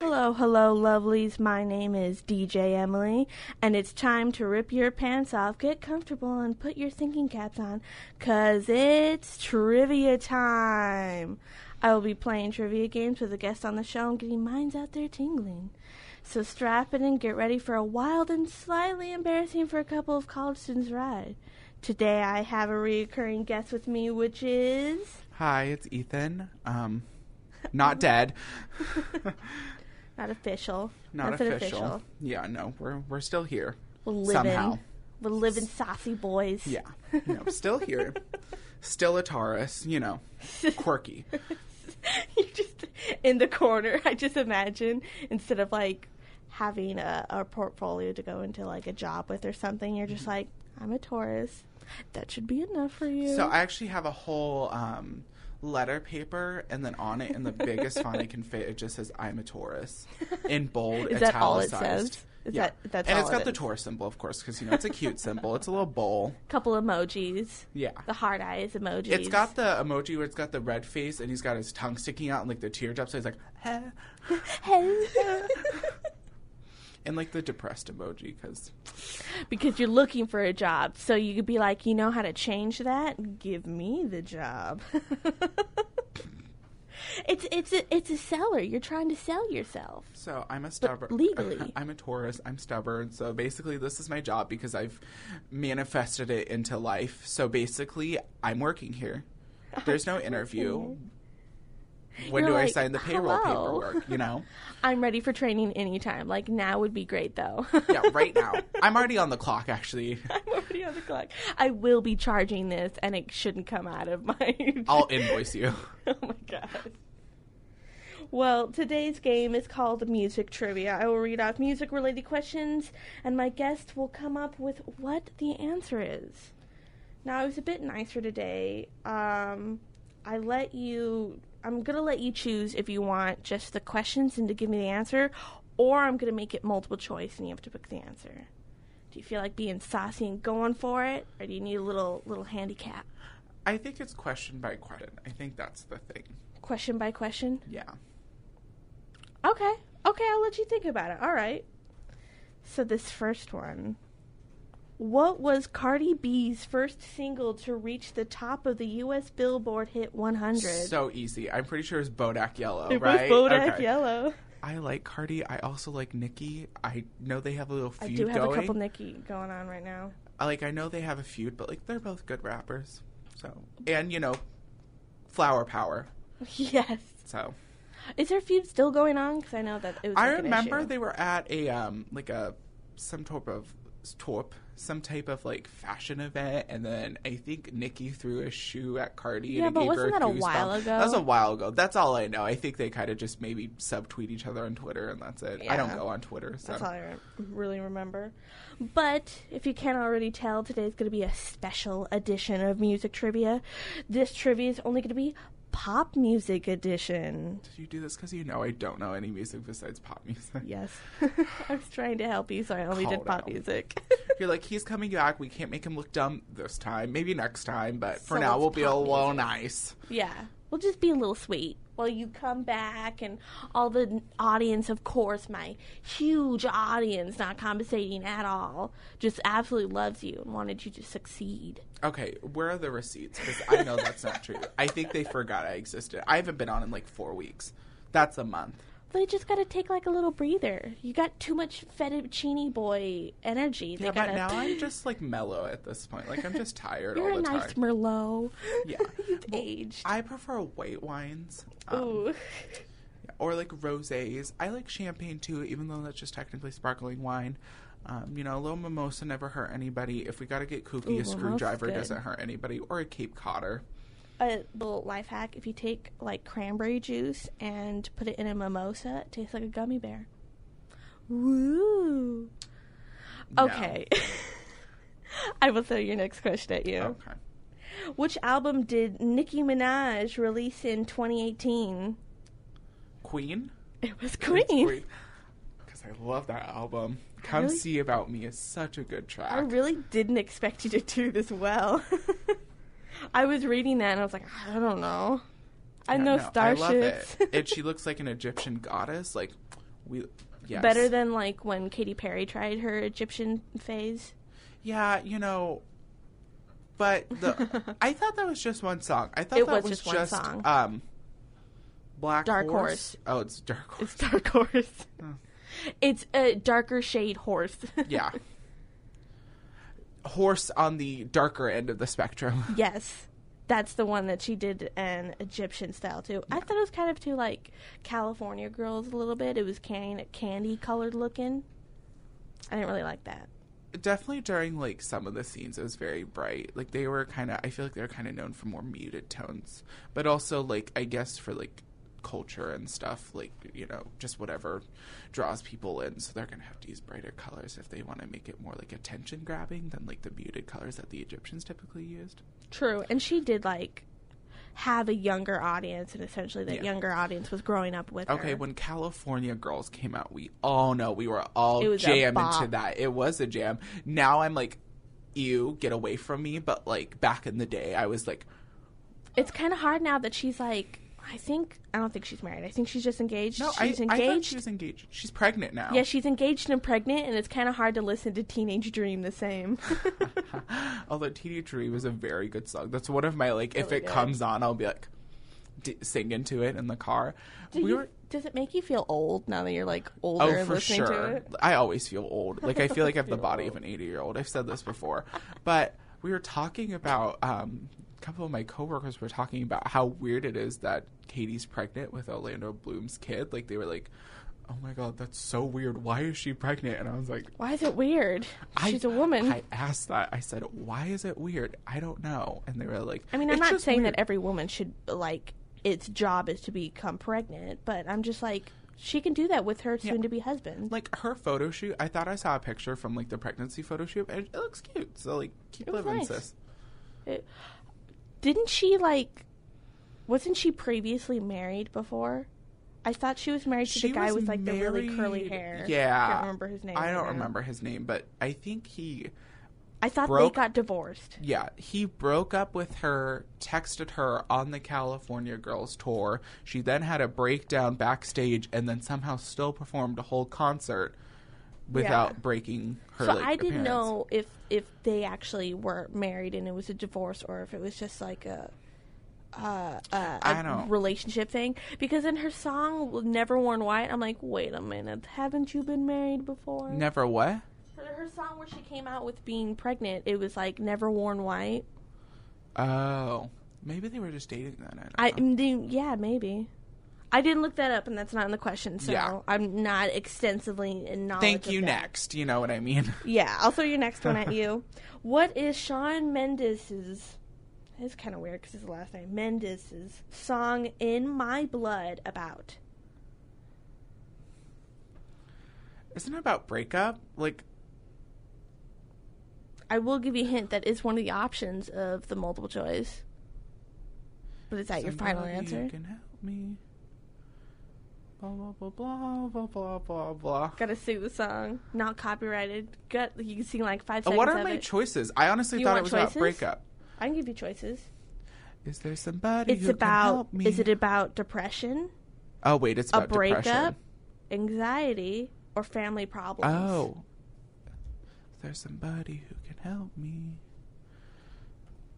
Hello, hello, lovelies. My name is DJ Emily, and it's time to rip your pants off, get comfortable, and put your thinking caps on, 'cause it's trivia time. I will be playing trivia games with a guest on the show and getting minds out there tingling. So strap in and get ready for a wild and slightly embarrassing for a couple of college students ride. Today I have a recurring guest with me, which is Hi, it's Ethan. Um, not dead. not official. Not That's an official. official. Yeah, no, we're we're still here. We're living. Somehow. We're living saucy boys. Yeah, no, still here. Still a Taurus. You know, quirky. You're just in the corner. I just imagine instead of like having a, a portfolio to go into like a job with or something, you're Mm-hmm. just like, I'm a Taurus. That should be enough for you. So I actually have a whole um, letter paper, and then on it, in the biggest font I can fit, it just says "I'm a Taurus" in bold, Is that all it italicized. says? Is yeah, that- that's and all it's it got the is? Taurus symbol, of course, because you know it's a cute symbol. It's a little bowl. couple emojis. Yeah. The heart eyes emoji. It's got the emoji where it's got the red face and he's got his tongue sticking out and like the teardrops. So he's like, "Huh." hey. and like the depressed emoji because because you're looking for a job. So you could be like, you know how to change that? Give me the job. it's it's a, it's a seller. You're trying to sell yourself. so I'm a stubborn. legally. I'm a Taurus. I'm stubborn. So basically, this is my job because I've manifested it into life. So basically, I'm working here. There's no interview. When You're do I like, sign the payroll "Hello." paperwork? You know. I'm ready for training anytime. Like now would be great though. Yeah, right now. I'm already on the clock. Actually, I'm already on the clock. I will be charging this, and it shouldn't come out of my. I'll invoice you. oh my god. Well, today's game is called Music Trivia. I will read off music related questions, and my guest will come up with what the answer is. Now, I was a bit nicer today. Um, I let you, I'm going to let you choose if you want just the questions and to give me the answer, or I'm going to make it multiple choice and you have to pick the answer. Do you feel like being saucy and going for it, or do you need a little little handicap? I think it's question by question. I think that's the thing. Question by question? Yeah. Okay. Okay, I'll let you think about it. All right. So this first one. What was Cardi B's first single to reach the top of the US Billboard Hit 100? So easy. I'm pretty sure it's Bodak Yellow, it right? was Bodak Okay. Yellow. I like Cardi. I also like Nicki. I know they have a little I feud do have going. a couple Nicki going on right now. I like I know they have a feud, but like they're both good rappers. So and you know, flower power. yes. So Is their feud still going on? Because I know that it was. I like, an remember issue. they were at a um like a some type of torp some type of like fashion event and then I think Nikki threw a shoe at Cardi Yeah, and it but gave her wasn't that a goosebump. while ago? That was a while ago. That's all I know. I think they kind of just maybe subtweet each other on Twitter and that's it. I Yeah. don't go on Twitter, so That's all I re- really remember. But if you can't already tell, today's going to be a special edition of music trivia. This trivia is only going to be pop music edition. Did you do this because you know I don't know any music besides pop music? Yes. I was trying to help you, so I only did Called pop out. music. You're like, he's coming back. We can't make him look dumb this time. Maybe next time, but for So now, it's we'll be a pop little music. nice. yeah. We'll just be a little sweet while you come back and all the n- audience, of course, my huge audience, not compensating at all, just absolutely loves you and wanted you to succeed. Okay, where are the receipts? Because I know that's not true. I think they forgot I existed. I haven't been on in like four weeks. That's a month. They just gotta take like a little breather. You got too much fettuccine boy energy. They Yeah, gotta. but now I'm just like mellow at this point. Like I'm just tired You're all a the nice time. Merlot. Yeah. You've aged. I prefer white wines um, Ooh. or like rosés. I like champagne too, even though that's just technically sparkling wine. Um, you know, a little mimosa never hurt anybody. If we gotta get kooky, Ooh, a mimosa's screwdriver good. doesn't hurt anybody, or a Cape Codder. A little life hack: if you take like cranberry juice and put it in a mimosa, it tastes like a gummy bear. Woo. No. Okay. I will throw your next question at you. Okay. Which album did Nicki Minaj release in 2018? Queen. It was Queen. Because I love that album. Come really- See About Me is such a good track. I really didn't expect you to do this well. I was reading that and I was like, I don't know. I Yeah, know no, starships. I love it. and she looks like an Egyptian goddess. Like, We yes. Better than like when Katy Perry tried her Egyptian phase. Yeah, you know. But the I thought that was just one song. I thought It that was was just one song. um Black Dark Horse. Oh, it's Dark Horse. It's dark horse. Oh. It's a darker shade horse. yeah. Horse on the darker end of the spectrum. yes. That's the one that she did an Egyptian style too. I thought it was kind of too like California girls a little bit. It was candy candy colored looking. I didn't really like that. Definitely during like some of the scenes it was very bright. Like they were kind of I feel like they were kind of known for more muted tones, but also like I guess for like culture and stuff, like you know, just whatever draws people in. So they're going to have to use brighter colors if they want to make it more like attention grabbing than like the muted colors that the Egyptians typically used. True. And she did like have a younger audience and essentially that Yeah. younger audience was growing up with Okay, her. when California Girls came out, we all know we were all It was a jam into bop. that. It was a jam. Now I'm like, ew, get away from me. But like back in the day, I was like, it's kind of hard now that she's like I think I don't think she's married. I think she's just engaged. no, I, she's I thought she engaged. was engaged. She's pregnant now. yeah, she's engaged and pregnant and it's kind of hard to listen to Teenage Dream the same. Although Teenage Dream was a very good song. That's one of my like, if Really it good. comes on, I'll be like, d- sing into it in the car. Do you- does it make you feel old now that you're like older Oh, and for listening to sure. it? I always feel old. Like I feel like I have the Feel body old. of an eighty-year-old. I've said this before, but we were talking about. Um, a couple of my coworkers were talking about how weird it is that Katie's pregnant with Orlando Bloom's kid. Like they were like, "Oh my god, that's so weird. Why is she pregnant?" And I was like, Why is it weird? I, She's a woman. I asked that. I said, "Why is it weird? I don't know." And they were like, I mean, I'm "It's not just saying weird." that every woman should like its job is to become pregnant, but I'm just like she can do that with her Yeah. soon to be husband. like her photo shoot. I thought I saw a picture from like the pregnancy photo shoot, and it looks cute. So like, keep It was living, nice. sis. It- didn't she like wasn't she previously married before? I thought she was married to She the guy was with like the really curly married- hair. yeah. I can't remember his name. I right don't now. remember his name, but I think he, I thought Broke- they got divorced. yeah, he broke up with her, texted her on the California Girls tour. She then had a breakdown backstage and then somehow still performed a whole concert without Yeah. breaking her. so like, I didn't appearance. know if if they actually were married and it was a divorce or if it was just like a uh, uh, I a don't- relationship thing because in her song "Never Worn White," I'm like, wait a minute, haven't you been married before? Never what? Her- Her song where she came out with being pregnant, it was like "Never Worn White." Oh, maybe they were just dating then. I, I don't know. mm, then- yeah, maybe. I didn't look that up, and that's not in the question, so Yeah. I'm not extensively in knowledge. Thank of you. that. Next, you know what I mean. Yeah, I'll throw your next one at you. What is Sean Mendes's? It's kind of weird because his last name Mendes's song "In My Blood" about? Isn't it about breakup? Like, I will give you a hint that is one of the options of the multiple choice. But is that your final Somebody answer? Can help me. Blah blah blah blah blah blah blah blah. Gotta sing the song, not copyrighted. Got you can sing like five Uh, seconds What are of my it. choices? I honestly You thought want it was choices? about breakup. I can give you choices. Is there somebody It's who can about. help me? Is it about depression, oh wait, it's a about breakup, depression. anxiety, or family problems? Oh, is there somebody who can help me?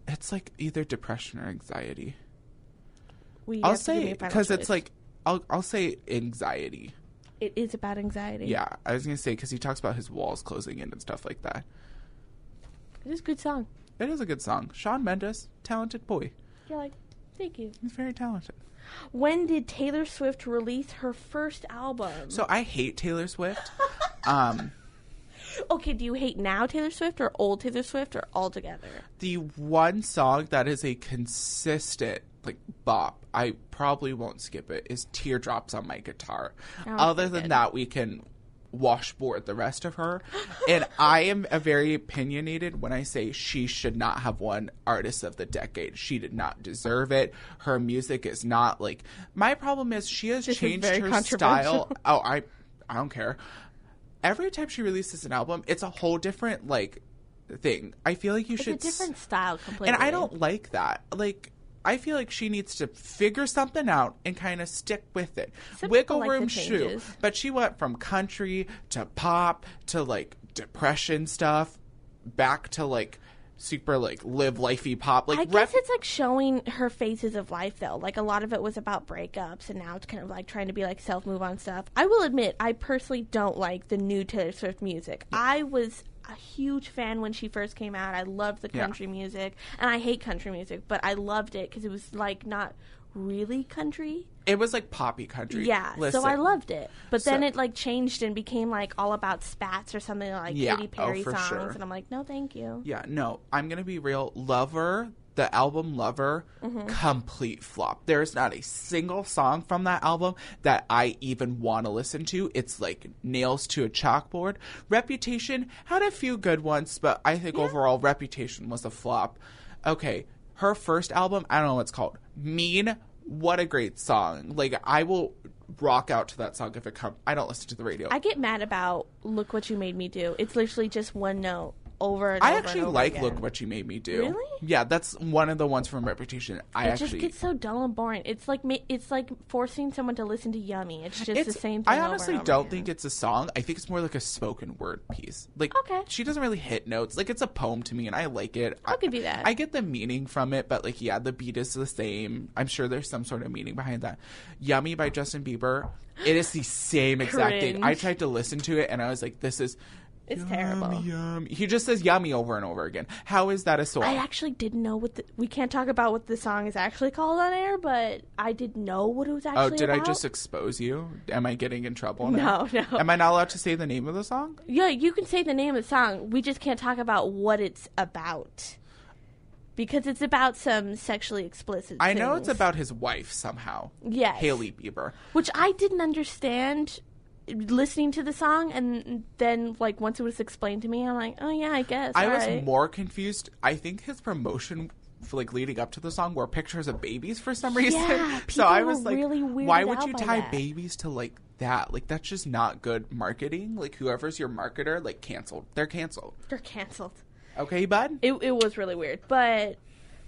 It's like either depression or anxiety. we I'll have to give me say a final because it's choice. like I'll I'll say anxiety. It is about anxiety. Yeah, I was gonna say because he talks about his walls closing in and stuff like that. It is a good song. It is a good song. Sean Mendes, talented boy. You're like, thank you. He's very talented. When did Taylor Swift release her first album? So I hate Taylor Swift. um, okay, do you hate now Taylor Swift or old Taylor Swift or all together? the one song that is a consistent like bop, I probably won't skip it, is Teardrops on My Guitar. Oh, Other that's than good. that, we can washboard the rest of her. and I am a very opinionated when I say she should not have won Artist of the Decade. She did not deserve it. Her music is not like my problem is she has This is changed very her controversial. style. Oh, I I don't care. Every time she releases an album, it's a whole different like thing. I feel like you It's should a s- different style completely. and I don't like that. Like I feel like she needs to figure something out and kind of stick with it. Some Wiggle people like the room shoe. changes. But she went from country to pop to like depression stuff back to like super like live lifey pop. Like I rep- guess it's like showing her phases of life though. Like a lot of it was about breakups and now it's kind of like trying to be like self move on stuff. I will admit I personally don't like the new Taylor Swift music. I was a huge fan when she first came out. I loved the Yeah. country music and I hate country music, but I loved it cuz it was like not really country. it was like poppy country. Yeah, Listen, so I loved it. But then So- it like changed and became like all about spats or something like Yeah, Katy oh, Perry for songs sure. and I'm like, "No, thank you." Yeah, no, I'm gonna be real. Lover, the album Lover, complete flop. There's not a single song from that album that I even want to listen to. It's like nails to a chalkboard. Reputation had a few good ones, but I think overall Reputation was a flop. Okay, her first album, I don't know what it's called. Mean, what a great song. Like I will rock out to that song if it comes. I don't listen to the radio. I get mad about "Look What You Made Me Do." It's literally just one note over and I over. actually and over like again. Look What You Made Me Do. Really? Yeah, that's one of the ones from Reputation. I It actually just gets so dull and boring. It's like ma- it's like forcing someone to listen to Yummy. It's just the same thing. I over honestly and over don't again. think it's a song. I think it's more like a spoken word piece. Like Okay. she doesn't really hit notes. Like it's a poem to me and I like it. I'll I- give you that. I get the meaning from it, but like yeah, the beat is the same. I'm sure there's some sort of meaning behind that. Yummy by Justin Bieber. It is the same exact thing. I Cringe. tried to listen to it and I was like, this is It's yum, terrible. Yum. He just says yummy over and over again. How is that a song? I actually didn't know what the, we can't talk about what the song is actually called on air, but I did know what it was actually. Oh, did I about. just expose you? Am I getting in trouble? No, now? no. Am I not allowed to say the name of the song? Yeah, you can say the name of the song. We just can't talk about what it's about because it's about some sexually explicit. I know it's things. about his wife somehow. Yes. Haley Bieber. which I didn't understand listening to the song, and then like once it was explained to me, I'm like, oh yeah, I guess. I was alright. more confused. I think his promotion for like leading up to the song were pictures of babies for some reason. Yeah, so I people was were like, really why weirded would out you by tie that. babies to like that? Like that's just not good marketing. Like whoever's your marketer, like canceled. They're canceled. They're canceled. Okay, bud? It it was really weird, but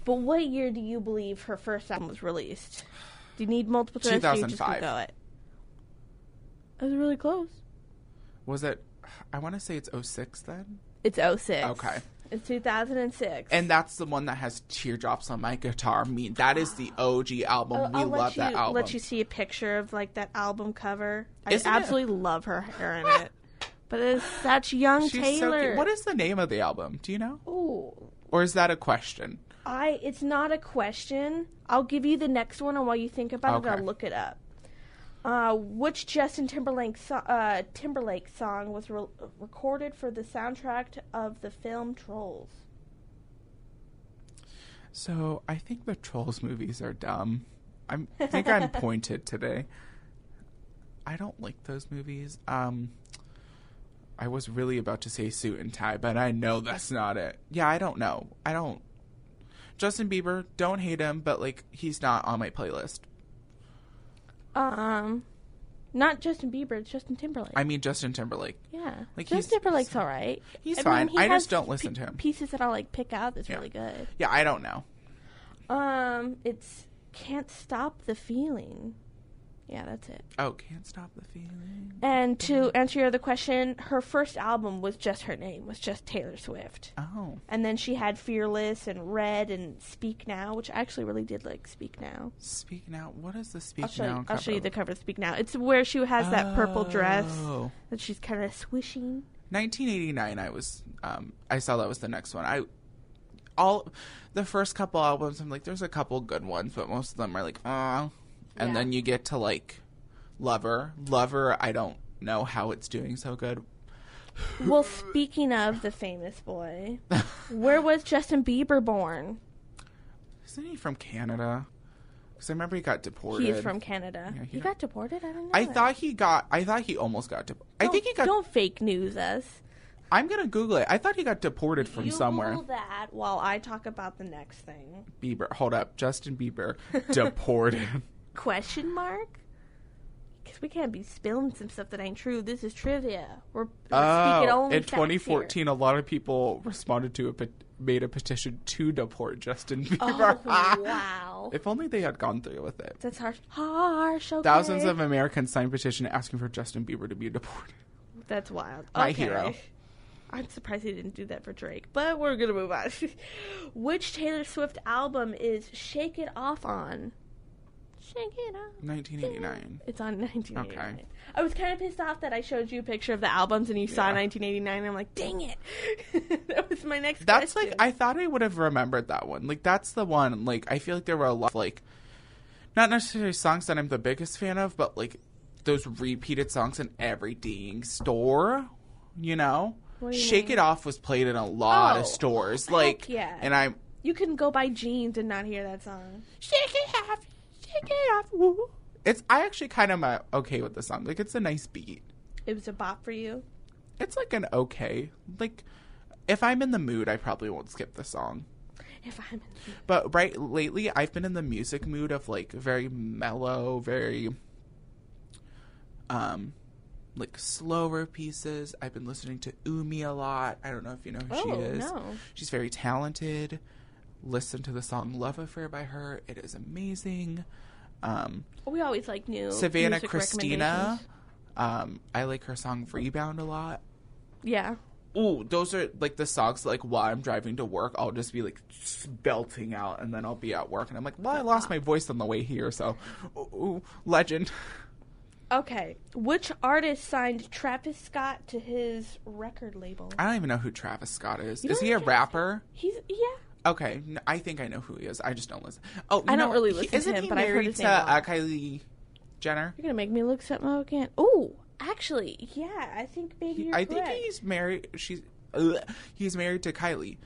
but what year do you believe her first album was released? Do you need multiple choice? or you just 2005. Go it. I was really close. Was it I want to say it's 06 then? It's 06. Okay. It's 2006. And that's the one that has teardrops on my guitar. I mean, that is the OG album. I'll, we I'll let love you, that album. Let you see a picture of like that album cover. I Isn't it- absolutely love her hair in it. But it's such young She's so Taylor. cute. What is the name of the album? Do you know? Ooh, Or is that a question? I. It's not a question. I'll give you the next one, and while you think about it, Okay. I'll look it up. Uh, which Justin Timberlake so- uh, Timberlake song was re- recorded for the soundtrack t- of the film Trolls? So I think the Trolls movies are dumb. I'm, I think I'm pointed today. I don't like those movies. Um, I was really about to say suit and tie, but I know that's not it. Yeah, I don't know. I don't. Justin Bieber, don't hate him, but like he's not on my playlist. Um, not Justin Bieber. It's Justin Timberlake. I mean Justin Timberlake. yeah, like, he's- Justin Timberlake's all right. He's I mean, fine. he I has just don't listen to him. pieces that I like pick out that's Yeah. really good. Yeah, I don't know. Um, it's can't stop the feeling. Yeah, that's it. Oh, can't stop the feeling. And to Mm-hmm. answer your other question, her first album was just her name, was just Taylor Swift. Oh, And then she had Fearless and Red and Speak Now, which I actually really did like Speak Now. speak now. What is the speak I'll show, now? you, I'll show you the cover? cover of Speak Now. It's where she has that purple dress Oh. that she's kind of swishing. 1989 i was um i saw that was the next one i all the first couple albums i'm like there's a couple good ones but most of them are like oh and Yeah. then you get to like lover lover i don't know how it's doing so good well, speaking of the famous boy, where was Justin Bieber born? isn't he from canada because i remember he got deported He's from Canada. Yeah, he he don't- got deported? I didn't know. i that. thought he got i thought he almost got deported i think he Don't- got Don't fake news us. i'm gonna google it i thought he got deported from you somewhere Google that while I talk about the next thing. bieber hold up justin bieber deported Question mark? Because we can't be spilling some stuff that ain't true. This is trivia. We're, we're Oh, speaking only in facts here. 2014, a lot of people responded to a, pet- made a petition to deport Justin Bieber. Oh, wow. If only they had gone through with it. That's harsh. Harsh. Okay. Thousands of Americans signed petition asking for Justin Bieber to be deported. That's wild. My hero. I'm surprised he didn't do that for Drake, but we're gonna move on. Which Taylor Swift album is "Shake It Off" on? Shake it off. 1989. It's on 1989. Okay. I was kind of pissed off that I showed you a picture of the albums and you saw Yeah. 1989. And I'm like, dang it! that was my next. That's like question. I thought I would have remembered that one. Like that's the one. Like I feel like there were a lot of, like not necessarily songs that I'm the biggest fan of, but like those repeated songs in every ding store, you know? What do you Shake mean? It Off was played in a lot Oh, of stores. heck Like yeah. and I'm you can go buy jeans and not hear that song. Shake It Off, Shake It Off. Woo. It's I actually kind of am okay with the song. Like it's a nice beat. It was a bop for you. It's like an okay. Like if I'm in the mood, I probably won't skip the song. If I'm But right lately, I've been in the music mood of like very mellow, very um like slower pieces. I've been listening to Umi a lot. I don't know if you know who she Oh, is. no. She's very talented. Listen to the song Love Affair by her. It is amazing. Um we always like new Savannah Oh, music Christina. recommendations. Um I like her song Rebound a lot. Yeah. Ooh, those are like the songs. Like while I'm driving to work, I'll just be like belting out, and then I'll be at work, and I'm like, well, I lost my voice on the way here, so ooh, ooh, legend. Okay. Which artist signed Travis Scott to his record label? I don't even know who Travis Scott is. You Is don't he a know Travis Scott? rapper? He's yeah. Okay, n I I think I know who he is. I just don't listen. Oh, I you don't know, really he- listen to isn't him, he but I've heard married his to name a lot. uh, Kylie Jenner. You're gonna make me look something up again. Oh, actually, yeah. I think maybe you're I correct. think he's married. She's ugh, he's married to Kylie.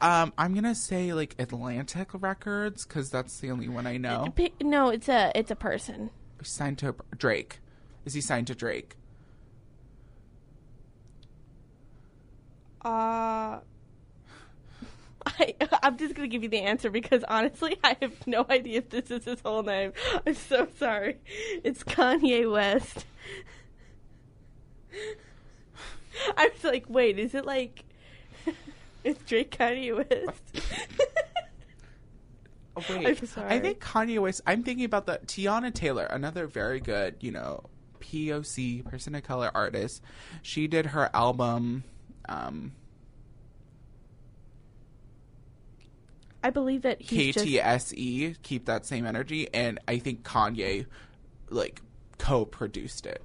Um, I'm gonna say like Atlantic Records because that's the only one I know. Pi- No, it's a it's a person. signed to Drake? Is he signed to Drake? Uh. I, I'm just gonna give you the answer because honestly, I have no idea if this is his whole name. I'm so sorry. It's Kanye West. I was like, wait, is it like it's Drake Kanye West? Oh, wait. I'm sorry. I think Kanye West. I'm thinking about the Tiana Taylor, another very good, you know, POC person of color artist. She did her album. Um, I believe that he's just KTSE, E, keep that same energy, and I think Kanye like co-produced it.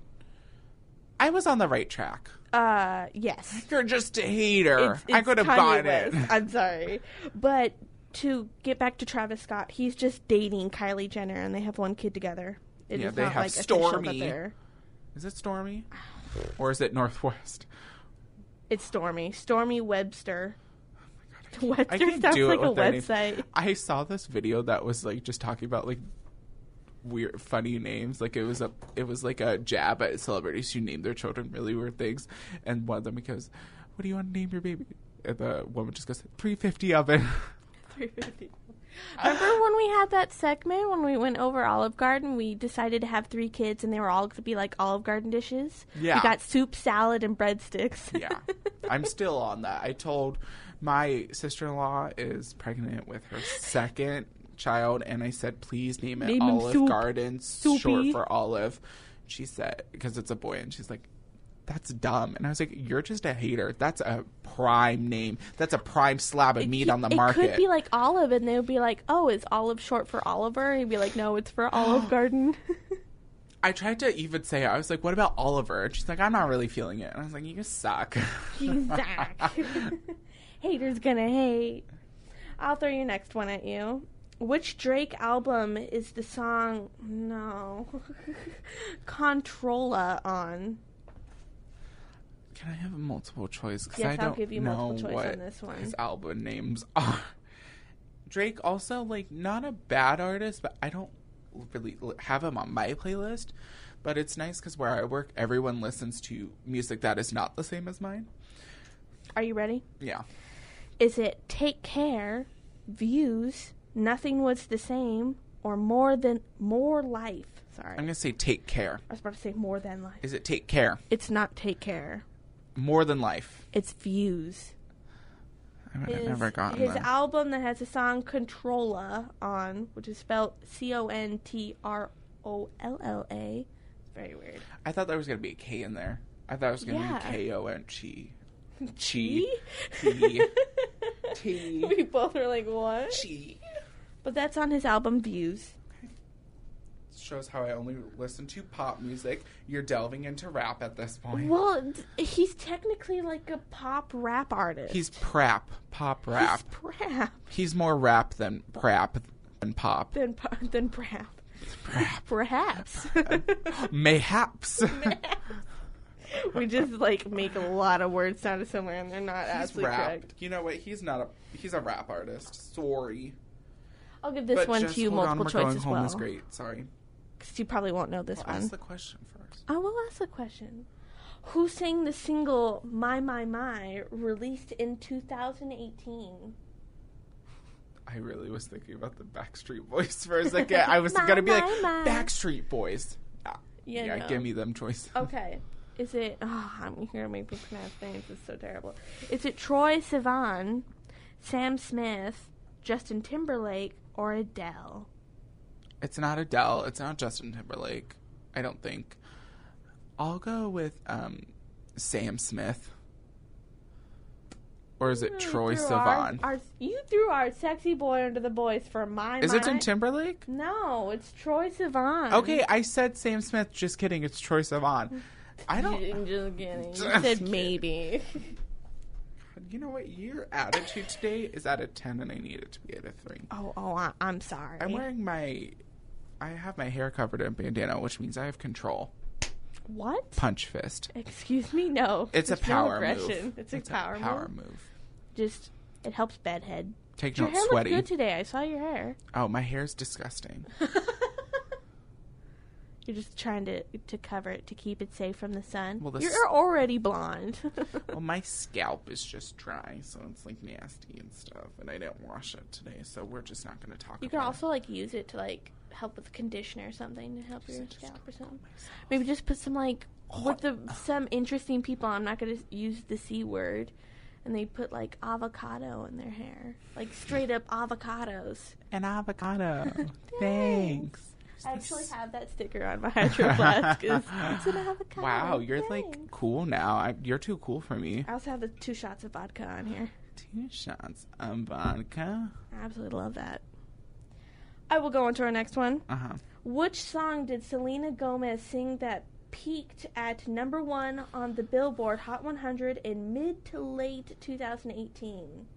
I was on the right track. uh yes. You're just a hater. It's- I it's could have Kanye gotten West. it. I'm sorry, but to get back to Travis Scott, he's just dating Kylie Jenner, and they have one kid together. It Yeah, is they not, have like, official that Stormy. they're- Is it Stormy, or is it Northwest? It's Stormy. Stormy Webster. Oh I Webster can't sounds do it like a with their name. website. I saw this video that was like just talking about like weird funny names like it was a it was like a jab at celebrities who named their children really weird things and one of them goes what do you want to name your baby and the woman just goes 350 oven 350. Remember when we had that segment when we went over Olive Garden? We decided to have three kids, and they were all going to be like Olive Garden dishes. Yeah. we got soup, salad, and breadsticks. yeah i'm still on that i told my sister-in-law is pregnant with her second child and i said please name it Name him olive Soup. garden short Soupy. for olive she said because it's a boy and she's like that's dumb and i was like you're just a hater that's a prime name that's a prime slab of meat on the it market could be like olive, and they would be like, "Oh, is olive short for Oliver?" And he'd be like, "No, it's for Olive Garden." i tried to even say it. i was like what about oliver and she's like i'm not really feeling it and i was like you suck He's Zach. Haters gonna hate. I'll throw your next one at you. Which Drake album is the song No Controlla on? Can I have a multiple choice? 'Cause Yes, I I'll don't give you know multiple choice what on this one. His album names are. Drake also like not a bad artist, but I don't really l- have him on my playlist. But it's nice because where I work, everyone listens to music that is not the same as mine. Are you ready? Yeah, Is it Take Care, Views, Nothing Was the Same, or More Than More Life? Sorry. I'm gonna say "Take Care." I was about to say More Than Life. Is it "Take Care"? It's not Take Care. More than life. It's Views. I might have his, never gotten his them. album that has the song Controlla on, which is spelled C O N T R O L L A. Very weird. I thought there was gonna be a K in there. I thought it was gonna Yeah. be K O N Chi. T? T. T. E? we both were like, what? Chi. But that's on his album Views. Shows how I only listen to pop music. You're delving into rap at this point. Well, d- he's technically like a pop rap artist. He's prap, pop rap. He's prap He's more rap than prap than pop. than pa- than prap. Prap. Perhaps. Uh, Mayhaps. we just like make a lot of words sound similar and they're not He's absolutely rap. correct. You know what? He's not a he's a rap artist. Sorry. I'll give this But one just to you hold multiple on, we're choice going as home well. is great. Sorry. Because you probably won't know this Well, one. ask the question first. I will ask a question. Who sang the single My My My released in 2018? I really was thinking about the Backstreet Boys for a second. I was My, gonna be my, like my. Backstreet Boys. Ah, Yeah, no. give me them choices. Okay. Is it. Oh, I'm here to make me pronounce names. It's so terrible. Is it Troy Sivan, Sam Smith, Justin Timberlake, or Adele? It's not Adele. It's not Justin Timberlake. I don't think. I'll go with um, Sam Smith. Or is it You Troy threw our- Sivan? our- you threw our sexy boy under the boys for My Is My. it Tim Mm-hmm. Timberlake? No, it's Troy Sivan. Okay, I said Sam Smith. Just kidding. It's Troy Mm-hmm. Sivan. I don't. I'm just kidding. You Just said kidding. maybe. You know what? Your attitude today is at a ten, and I need it to be at a three. Oh, oh, I, I'm sorry. I'm wearing my. I have my hair covered in bandana, which means I have control. what? Punch fist. Excuse me? No. It's a There's no power aggression. move. It's a power, power move. move. Just, it helps bedhead. Take Your note, hair sweaty. looks good today. I saw your hair. Oh, my hair's disgusting. You're just trying to, to cover it to keep it safe from the sun. Well, the You're s- already blonde. well, my scalp is just dry, so it's like nasty and stuff, and I didn't wash it today, so we're just not going to talk you about can also like use it to like help with conditioner or something to help it. your Just scalp or go something. myself. Maybe just put some like what Hot- the some interesting people. I'm not gonna use the c word, and they put like avocado in their hair, like straight up avocados. An avocado. Thanks. Thanks. I actually have that sticker on my hydro flask. It's, it's an avocado. Wow, you're Thanks. like cool now. I, you're too cool for me. I also have the two shots of vodka on here. Two shots of vodka. I absolutely love that. I will go on to our next one. Uh huh. Which song did Selena Gomez sing that peaked at number one on the Billboard Hot 100 in mid to late 2018?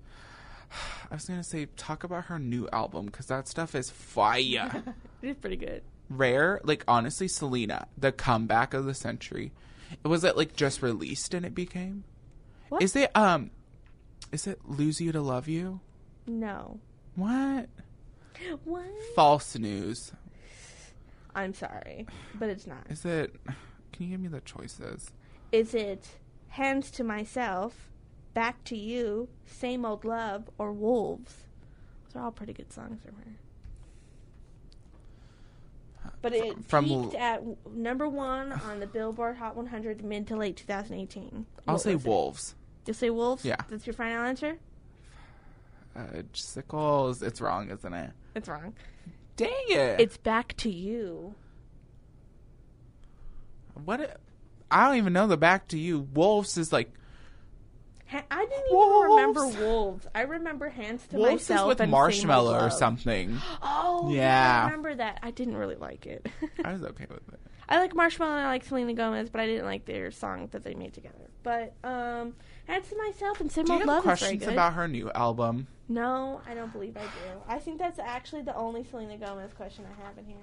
I was gonna say talk about her new album because that stuff is fire. It is pretty good. Rare, like honestly, Selena, the comeback of the century. Was it like just released and it became? What? Is it um? Is it lose you to love you? No. What? What? False news. I'm sorry, but it's not. Is it? Can you give me the choices? Is it Hands to Myself, Back to You, Same Old Love, or Wolves? Those are all pretty good songs from her. But it from- peaked at w- number one on the Billboard Hot 100 mid to late 2018. I'll What say was it? wolves. You'll say Wolves? Yeah. That's your final answer? Uh, sickles. It's wrong, isn't it? It's wrong. Dang it! It's Back to You. what? It, I don't even know the back to you. Wolves is like Ha- I didn't even Wolves? remember Wolves. I remember Hands to wolves Myself. is with and Same Old marshmallow or Love. something. Oh, yeah. I Yeah. remember that. I didn't really like it. I was okay with it. I like Marshmallow and I like Selena Gomez, but I didn't like their song that they made together. But um Hands to Myself and Same Do you Old have Love is very questions good. about her new album? no, I don't believe I do. I think that's actually the only Selena Gomez question I have in here.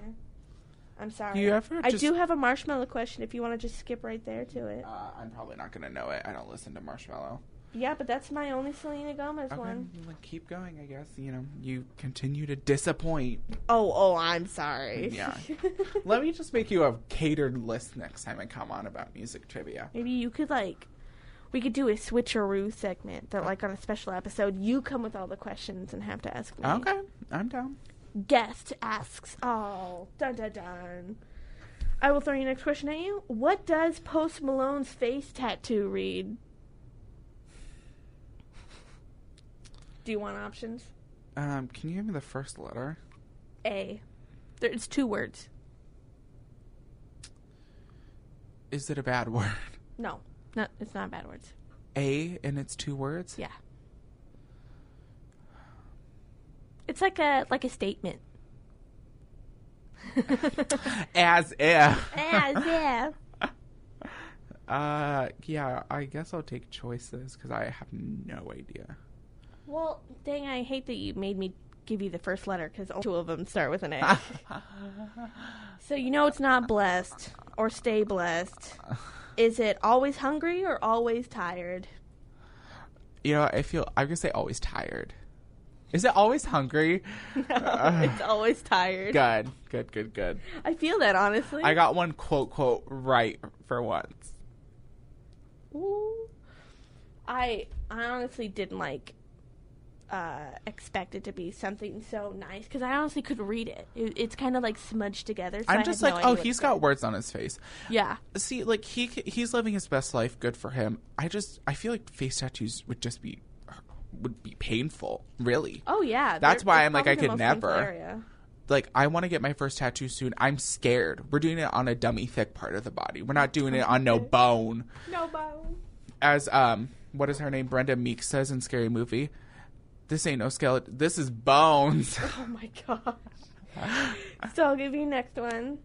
I'm sorry. You ever I just- do have a Marshmallow question if you want to just skip right there to it. Uh, I'm probably not gonna know it. I don't listen to Marshmallow. Yeah, but that's my only Selena Gomez Okay, one. well, keep going. I guess you know you continue to disappoint. Oh, oh, I'm sorry. Yeah. Let me just make you a catered list next time I come on about music trivia. Maybe you could like we could do a switcheroo segment that like on a special episode you come with all the questions and have to ask me. Okay, I'm down. Guest asks all. Dun dun dun. I will throw your next question at you. What does Post Malone's face tattoo read? Do you want options? Um, can you give me the first letter? A. There, it's two words. Is it a bad word? No, no, it's not bad words. A and it's two words? Yeah. It's like a like a statement. As if. yeah. Uh, yeah, I guess I'll take choices because I have no idea. Well, dang, I hate that you made me give you the first letter because two of them start with an A. so you know it's not blessed or stay blessed. Is it always hungry or always tired? You know, I feel I'm gonna say always tired. Is it always hungry? it's always tired. Good, good, good, good. I feel that honestly. I got one quote quote right for once. Ooh. I I honestly didn't like uh, expect it to be something so nice because I honestly could read it. it it's kind of like smudged together. So I I'm just had like, no oh, idea what he's to got do. words on his face. Yeah, See, like he c- he's living his best life. Good for him. I just I feel like face tattoos would just be would be painful. Really. Oh yeah, That's they're- why it's I'm like, probably I the could most painful never. area. like I want to get my first tattoo soon. I'm scared. We're doing it on a dummy thick part of the body. We're not doing it on no bone. No bone. As um what is her name? Brenda Meeks says in Scary Movie. This ain't no skeleton. This is bones. Oh my gosh. so I'll give you next one.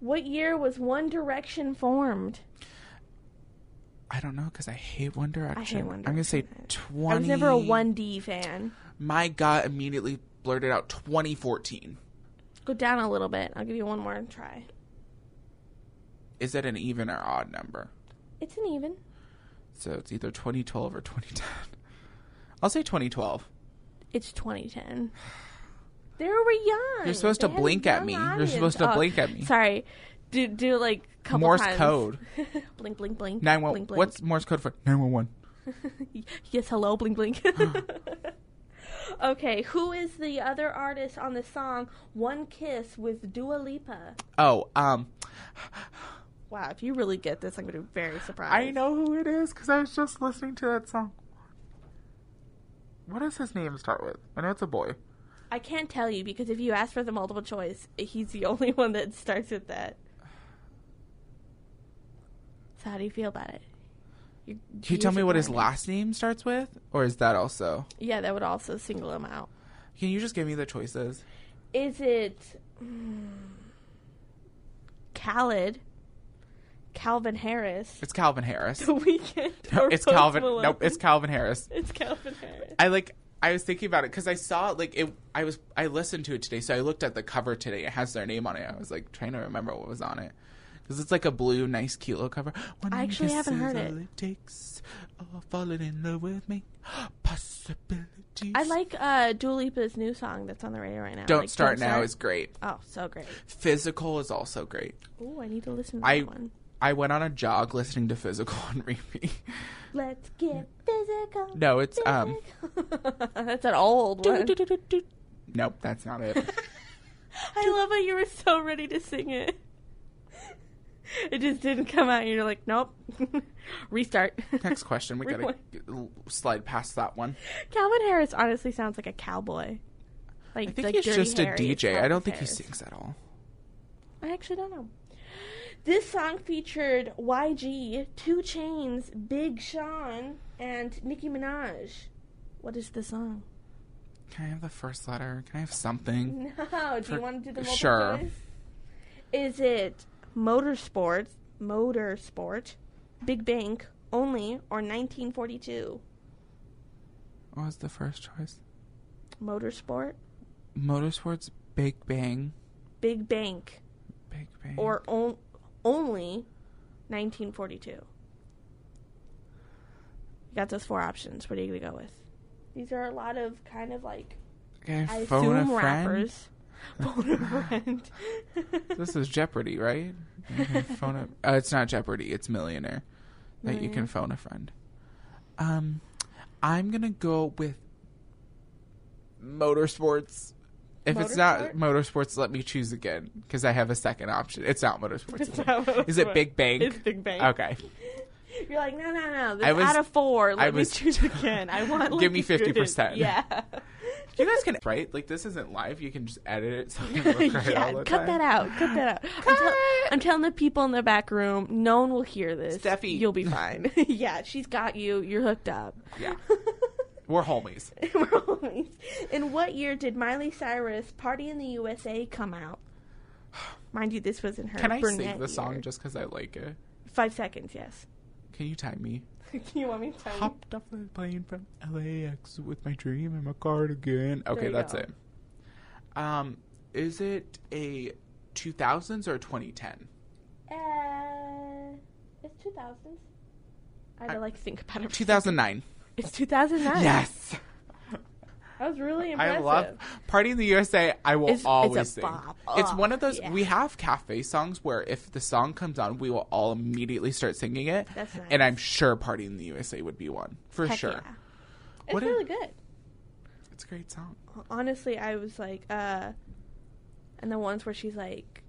What year was One Direction formed? I don't know cuz I hate One Direction. One I'm going to say Direction. 20 I was never a One D fan. My gut immediately blurted out 2014. Go down a little bit. I'll give you one more try. Is that an even or odd number? It's an even. So it's either 2012 or 2010. I'll say 2012. It's 2010. They were young. You're supposed They to had a blink at young me. You're audience. supposed to blink at me. Sorry. Do do like a couple Morse times. code. blink, blink, blink. Nine one. blink, blink. What's Morse code for 911? yes, hello, blink, blink. okay, who is the other artist on the song "One Kiss" with Dua Lipa? Oh, um, Wow, if you really get this, I'm going to be very surprised. I know who it is because I was just listening to that song. What does his name start with? I know it's a boy. I can't tell you because if you ask for the multiple choice, he's the only one that starts with that. So how do you feel about it? You, Can you tell me what his last name starts with, or is that also? Yeah, that would also single him out. Can you just give me the choices? Is it mm, Khaled, Calvin Harris, It's Calvin Harris. The Weekend? No, it's Calvin. Nope, it's Calvin Harris. it's Calvin Harris. I like. I was thinking about it because I saw like it. I was. I listened to it today, so I looked at the cover today. It has their name on it. I was like trying to remember what was on it because it's like a blue, nice, cute little cover. One I actually haven't kiss is heard it. all it takes. Oh, falling in love with me. Possibilities. I like uh, Dua Lipa's new song that's on the radio right now. Don't like, start now is great. oh so great. Physical is also great. Oh, I need to listen to I- that one. I went on a jog listening to physical on repeat. Let's get physical. No, it's um. That's an old one. Nope, that's not it. I love how you were so ready to sing it. It just didn't come out. You're like, nope. Restart. Next question. We gotta Rewind. get- slide past that one. Calvin Harris honestly sounds like a cowboy. Like, I think like he's Dirty just Harry a is DJ. I Calvin don't think Harris. he sings at all. I actually don't know. This song featured YG, Two Chains, Big Sean, and Nicki Minaj. What is the song? Can I have the first letter? Can I have something? No. Do For- you want to do the multiple sure. choice? Is it motorsport, motorsport, Big Bank only, or 1942? What was the first choice? Motorsport, Motorsports, Big Bang, Big Bank, Big Bang. or on- only 1942? You got those four options. What are you going to go with? These are a lot of kind of like, okay, I phone a assume friend. rappers. Phone a friend. This is Jeopardy, right? You can phone a, uh, it's not Jeopardy. It's Millionaire that you can phone a friend. Um, I'm gonna go with motorsports. If it's not motorsports, let me choose again because I have a second option. It's not motorsports. is it? Is it Big Bang? It's Big Bang. Okay. You're like, no, no, no. This I was- out of four. Let I was- me choose again. I want. Like, Give me a good- 50%. Yeah. You guys can right like this isn't live. You can just edit it. So I can look right yeah. all the Cut time. that out. Cut that out. I'm, tell- I'm telling the people in the back room, no one will hear this. Steffi. you'll be fine. yeah, she's got you. You're hooked up. Yeah. We're homies. We're always- in what year did Miley Cyrus "Party in the USA" come out? Mind you, this was in her. Can I brunette sing the year. song just because I like it? Five seconds. Yes. Can you time me? you want me to tell you? Hopped off the plane from LAX with my dream and my cardigan. Okay, you that's go. it. Um, is it a 2000s or 2010? Uh, it's 2000s. I had to like think about it. for a second. 2009. It's 2009. Yes. I was really I impressive. love Party in the USA. I will It's- it's a always sing. bop. It's Ugh, one of those yeah. we have cafe songs where if the song comes on, we will all immediately start singing it. That's nice. And I'm sure Party in the USA would be one for Heck sure. yeah. It's What a- really good. It's a great song. Honestly, I was like, uh, and the ones where she's like,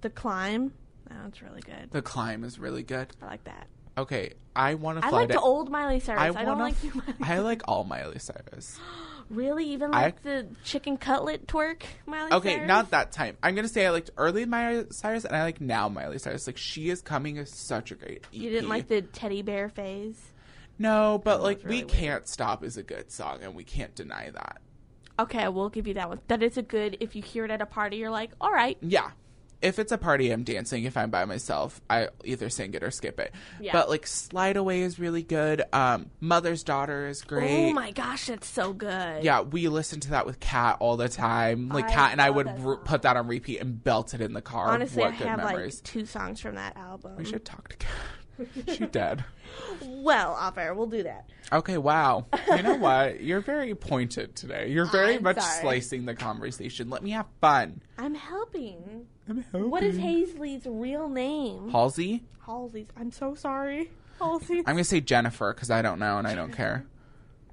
the climb. That one's really good. The climb is really good. I like that. Okay, I want to I fly like to the old Miley Cyrus. I, don't wanna like f- you, Miley. I like all Miley Cyrus. really even I- like the chicken cutlet twerk, Miley. Okay, Cyrus? not that time. I'm gonna say I liked early Miley Cyrus and I like now Miley Cyrus. Like she is coming is such a great. EP. You didn't like the teddy bear phase. No, but Oh, like that's really we weird. can't stop is a good song and we can't deny that. Okay, I will give you that one. That is a good. If you hear it at a party, you're like, all right. Yeah. If it's a party, I'm dancing. If I'm by myself, I either sing it or skip it. Yeah. But like Slide Away is really good. Um, Mother's Daughter is great. Oh my gosh, that's so good. Yeah, we listened to that with Kat all the time. Like I Kat and I love would that r- song. put that on repeat and belt it in the car. Honestly, what I good have memories. like two songs from that album. We should talk to Kat. she dead. Well, off air, we'll do that. Okay, wow. You know what? You're very pointed today. You're very I'm much sorry. slicing the conversation. Let me have fun. I'm helping. I'm helping. What is Mm-hmm. Hazley's real name? Halsey? Halsey's. I'm so sorry. Halsey. I'm going to say Jennifer because I don't know and I don't care.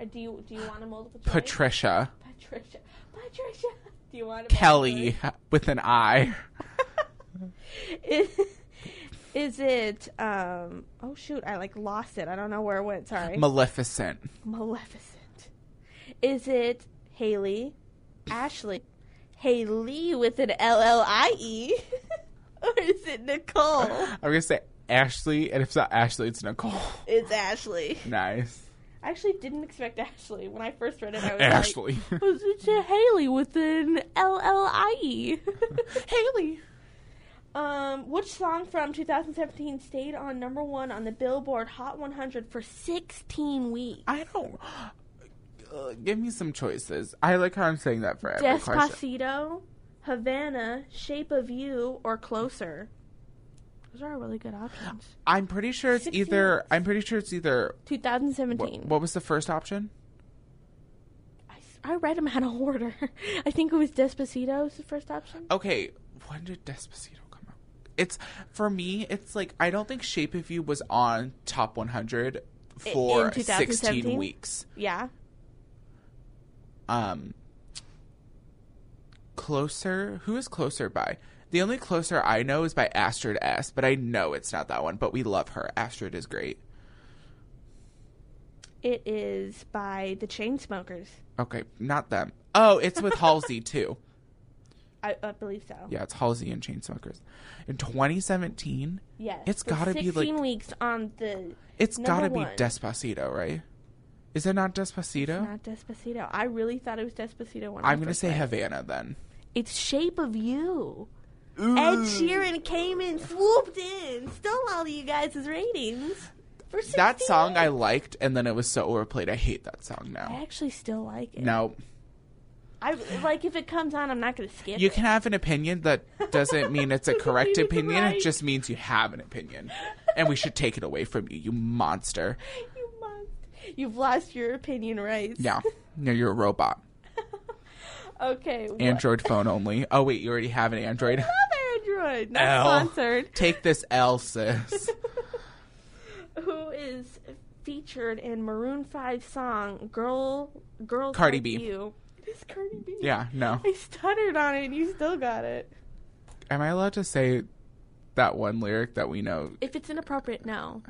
Uh, do you do you want a multiple choice? Patricia. Patricia. Patricia. Do you want a multiple Kelly with an I. choice? Is, is it? Um. Oh shoot! I like lost it. I don't know where it went. Sorry. Maleficent. Maleficent. Is it Haley? Ashley. Haley with an L L I E. Or is it Nicole? I'm going to say Ashley. And if it's not Ashley, it's Nicole. It's Ashley. Nice. I actually didn't expect Ashley. When I first read it, I was Ashley. like, was it a Haley with an L L I E? Haley. Um, which song from 2017 stayed on number one on the Billboard Hot 100 for 16 weeks? I don't. Uh, give me some choices. I like how I'm saying that for every question. Despacito, Havana, Shape of You, or Closer. Those are really good options. I'm pretty sure it's 16 either. I'm pretty sure it's either. What, 2017. what was the first option? I, s- I read them out of order. I think it was Despacito was the first option. Okay, when did Despacito come out? It's for me. It's like I don't think Shape of You was on top 100 I- for in 16 2017? weeks. Yeah. Um, closer. Who is closer by? The only closer I know is by Astrid S, but I know it's not that one. But we love her. Astrid is great. It is by the Chainsmokers. Okay, not them. Oh, it's with Halsey too. I, I believe so. Yeah, it's Halsey and Chainsmokers. In 2017, Yes. It's for gotta be, like- 16 weeks on the. it's Number got to be one. Despacito, right? Is it not Despacito? Not Despacito. I really thought it was Despacito when I I'm gonna first say read it. Havana then. It's Shape of You. Hmm. Ed Sheeran came in, swooped in, stole all of you guys' ratings. For 16 That song I weeks. liked, and then it was so overplayed. I hate that song I now. actually still like it. No, I like if it comes on, I'm not gonna skip. you it. can have an opinion that doesn't mean it's a Doesn't correct mean it's opinion. right. It just means you have an opinion, and we should take it away from you, you monster. you must. You've lost your opinion rights. Yeah, no, you're a robot. Okay. what- Android phone only. Oh wait, you already have an Android. Love Android. Not L. sponsored. Take this L, sis. Who is featured in Maroon 5 song "Girl"? Girl. Cardi Like B. You. It is Cardi B. Yeah, no. I stuttered on it, and you still got it. Am I allowed to say that one lyric that we know? If it's inappropriate, no.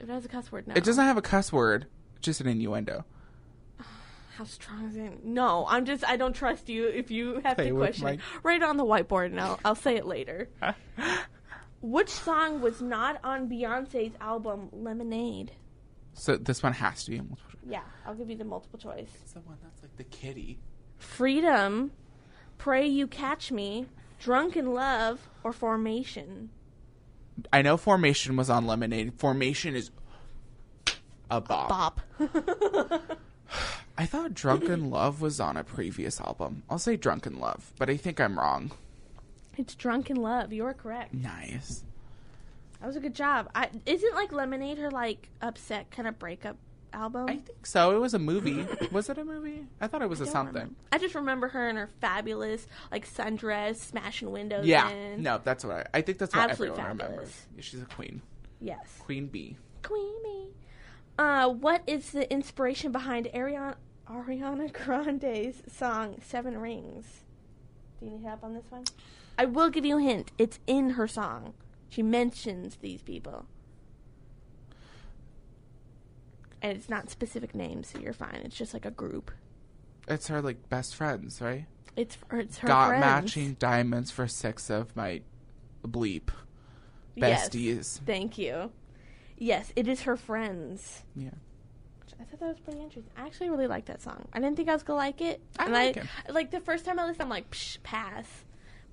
If it has a cuss word, no. It doesn't have a cuss word, just an innuendo. How strong is it? No, I'm just. I don't trust you. If you have Play to with question, my- it. write it on the whiteboard, and I'll, I'll say it later. Which song was not on Beyonce's album Lemonade? So this one has to be a multiple choice. Yeah, I'll give you the multiple choice. It's the one that's like the kitty. Freedom, Pray You Catch Me, Drunk in Love, or Formation. I know Formation was on Lemonade. Formation is a bop. Bop. I thought Drunken Love was on a previous album. I'll say Drunken Love, but I think I'm wrong. it's Drunk in Love. You're correct. Nice. That was a good job. I, isn't like Lemonade her like upset kind of breakup album? I think so. It was a movie. was it a movie? I thought it was a don't something. remember. I just remember her in her fabulous like sundress, smashing windows. Yeah. in. No, that's what I, I think that's what Absolutely everyone remembers. fabulous. Yeah, She's a queen. Yes. Queen bee. Queenie. Uh, what is the inspiration behind Ariana, Ariana Grande's song Seven Rings? Do you need help on this one? I will give you a hint. It's in her song. She mentions these people. And it's not specific names, so you're fine. It's just like a group. It's her like best friends, right? It's it's her Got friends. matching diamonds for six of my bleep Yes. besties. Thank you. Yes, it is her friends. Yeah. I thought that was pretty interesting. I actually really like that song. I didn't think I was gonna like it. I and like I it. like the first time I listened, I'm like, Psh, pass.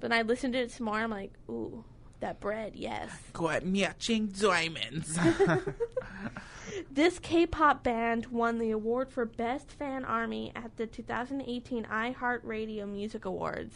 But I listened to it some more. I'm like, ooh, that bread, yes. Got matching diamonds. This K-pop band won the award for best fan army at the 2018 iHeartRadio Music Awards.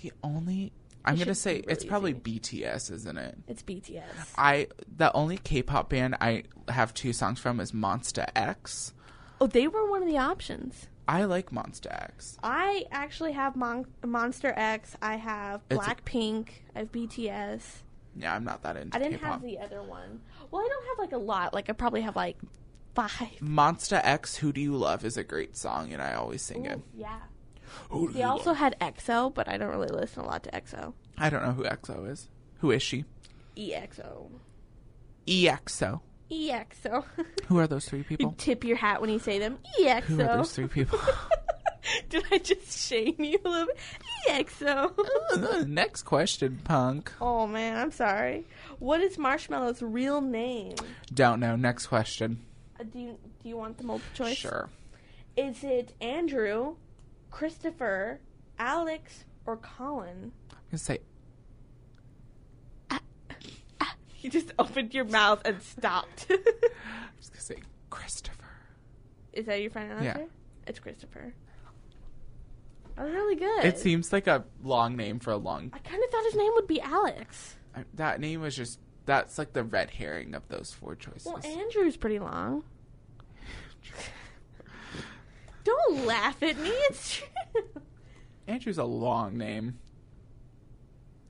the only I'm It gonna should say be it's really probably easy. BTS, isn't it? It's BTS. I the only K-pop band I have two songs from is Monsta X. oh, they were one of the options. I like Monsta X. I actually have Mon- Monster X. I have It's a- Blackpink. I have BTS. Yeah, I'm not that into I didn't K-pop. have the other one. Well, I don't have like a lot. Like I probably have like five. Monsta X, Who Do You Love is a great song, and I always sing it. Ooh, yeah. Who do They you also love? had EXO, but I don't really listen a lot to E EXO. I don't know who EXO is. Who is she? E EXO. EXO. EXO. Who are those three E you people? tip your hat when you say them. EXO. Who are those three people? Did I just shame you a little bit? E EXO. Next question, punk. oh man, I'm sorry. What is Marshmallow's real name? Don't know. Next question. Uh, do you do you want the multiple choice? Sure. Is it Andrew, Christopher, Alex, or Colin? I'm gonna say You just opened your mouth and stopped. I'm just gonna say Christopher. Is that your final Yeah. answer? It's Christopher. That was really good. It seems like a long name for a long. I kind of thought his name would be Alex. I- That name was just. That's like the red herring of those four choices. Well, Andrew's pretty long. Don't laugh at me. It's true. Andrew's a long name.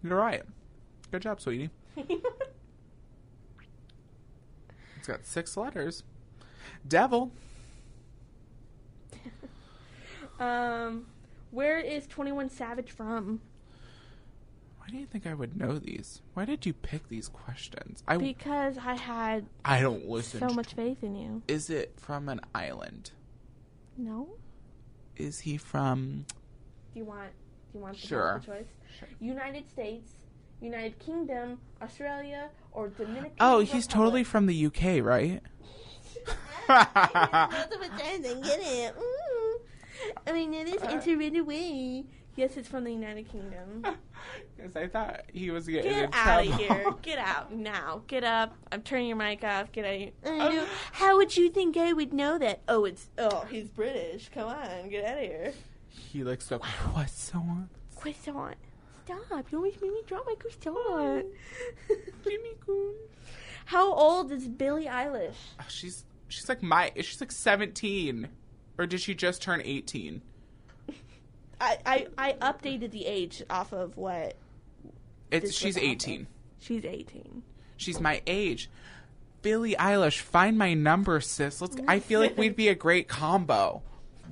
You're right. Good job, sweetie. It's got six letters. Devil. um, where is Twenty One Savage from? Why do you think I would know these? Why did you pick these questions? I Because I had I don't listen. so to- much faith in you. Is it from an island? No. Is he from? Do you want? Do you want the Sure. multiple choice? United States, United Kingdom, Australia, or Dominican? Oh, he's Republic? totally from the UK, right? I hear multiple times and get it. Mm. I mean, it is entered right away. Yes, it's from the United Kingdom. Because I thought he was getting Get in out of trouble. here. Get out now. Get up. I'm turning your mic off. Get out of here. I know. How would you think I would know that? Oh, it's. Oh, he's British. Come on. Get out of here. He like stuck. What's on? Croissant. Stop. You always make me drop my croissant. Jimmy Coon. How old is Billie Eilish? Oh, she's she's like my she's like seventeen, or did she just turn eighteen? I, I, I updated the age off of what It's This she's was awful. eighteen. she's 18. She's my age. Billie Eilish, find my number, sis. Let's. I feel like we'd be a great combo.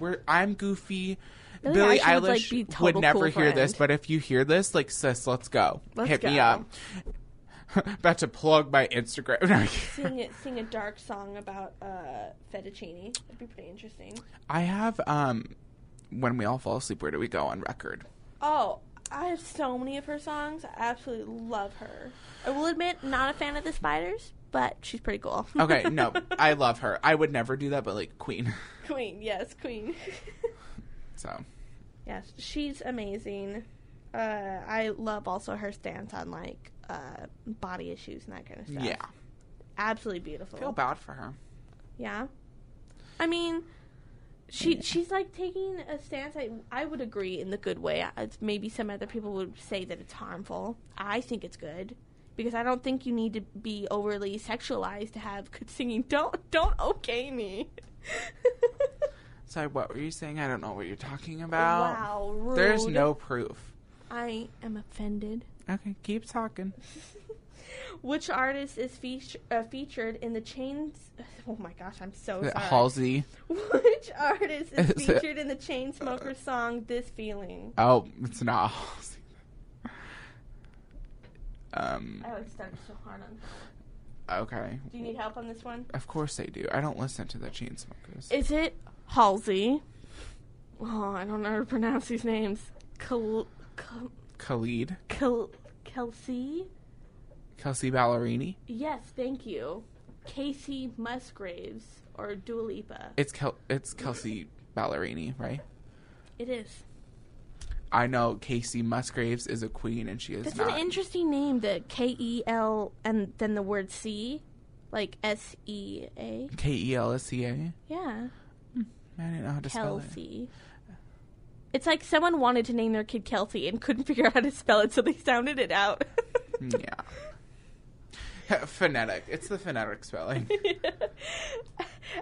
We're I'm goofy. Billie Billie, Eilish would, like, Eilish be would, total never cool hear this, friend. but if you hear this, like sis, let's go. Let's Hit me go. up. About to plug my Instagram. sing it, sing a dark song about uh, fettuccine. That'd be pretty interesting. I have um, when we all fall asleep, where do we go on record? Oh, I have so many of her songs. I absolutely love her. I will admit, not a fan of the spiders, but she's pretty cool. Okay, no, I love her. I would never do that, but like Queen. Queen, yes, Queen. So yes, she's amazing. Uh, I love also her stance on like uh, body issues and that kind of stuff. yeah, absolutely beautiful. feel bad for her. Yeah. I mean, she she's like taking a stance. I I would agree in the good way. I- It's maybe some other people would say that it's harmful. I think it's good because I don't think you need to be overly sexualized to have good singing. Don't don't okay me. So what were you saying? I don't know what you're talking about. wow, rude. There's no proof. I am offended. Okay, keep talking. Which artist is feature, uh, featured in the Chains? Oh my gosh, I'm so sorry. Halsey. Which artist is Is it- featured in the Chainsmokers song "This Feeling"? Oh, it's not Halsey. Um. I was stuck so hard on. Okay. Do you need help on this one? Of course they do. I don't listen to the Chainsmokers. Is it Halsey? Oh, I don't know how to pronounce these names. Kel, Kel, Khalid, Kel, Kelsey? Kelsey Ballerini. Yes, thank you. Casey Musgraves or Dua Lipa. It's Kel- it's Kelsey Ballerini, right? It is. I know Casey Musgraves is a queen, and she is That's not. an interesting name, the K E L and then the word C, like S E A. K E L S E A. Yeah. I didn't know how to spell it. Kelsey. It's like someone wanted to name their kid Kelsey and couldn't figure out how to spell it, so they sounded it out. Hmm. Yeah. phonetic. It's the phonetic spelling.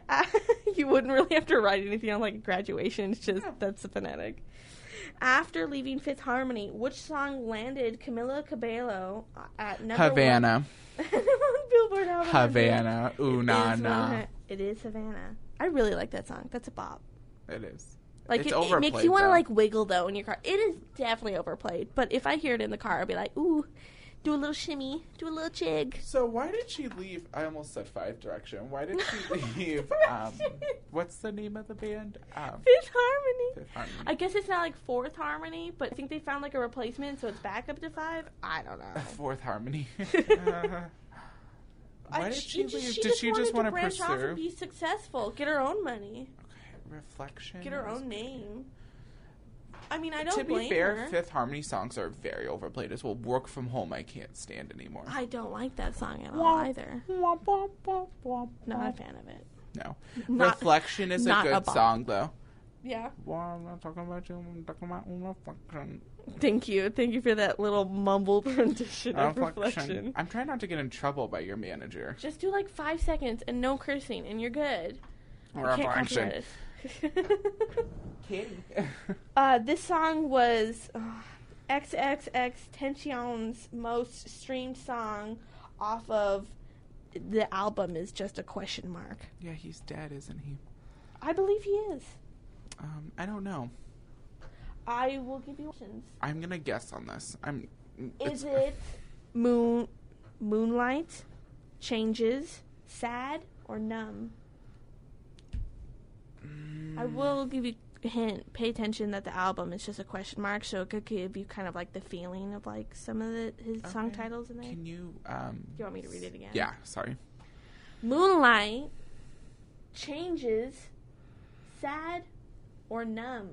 Uh, you wouldn't really have to write anything on like graduation. It's just that's the phonetic. After leaving Fifth Harmony, which song landed Camila Cabello uh, at number Havana. one on Billboard Hot 100? Havana. Ooh, It nah, is nah. Havana. It is Havana. I really like that song. That's a bop. It is. Like It's it, it makes overplayed, you want to though. like wiggle though in your car. It is definitely overplayed, but if I hear it in the car, I'll be like, "Ooh, do a little shimmy, do a little jig." So why did she leave? I almost said Five Direction. Why did she leave? um, what's the name of the band? Um, Fifth Harmony. Fifth Harmony. I guess it's not like Fourth Harmony, but I think they found like a replacement, so it's back up to five. I don't know. Fourth Harmony. I- Why did she- she it leave? just- Did she just wanted wanna branch off pursue? and be successful, get her own money, Reflection. get her is- own name? I mean, I don't to be blame fair, her. Fifth Harmony songs are very overplayed as well. Work from home, I can't stand anymore. I don't like that song at all Wah, either. wah, wah, wah, wah, Not wah. a fan of it. No. Not- Reflection is a not a good bop. song, though. Yeah. Why am I talking about you? I'm talking about reflection. Thank you. Thank you for that little mumbled rendition of Reflection. reflection. I'm trying not to get in trouble by your manager. Just do like five seconds and no cursing, and you're good. I can't Reflection. copyright us. uh, this song was uh, XXX Tension's most streamed song off of the album is just a question mark. yeah, he's dead, isn't he? I believe he is. Um, I don't know. I will give you options. I'm gonna guess on this. I'm. Is it's- it moon, moonlight, changes, sad, or numb? Mm. I will give you a hint. Pay attention that the album is just a question mark, so it could give you kind of like the feeling of like some of the, his song Okay. titles in there. Can you? Um, you want me to read it again? yeah. Sorry. Moonlight, changes, sad, or numb.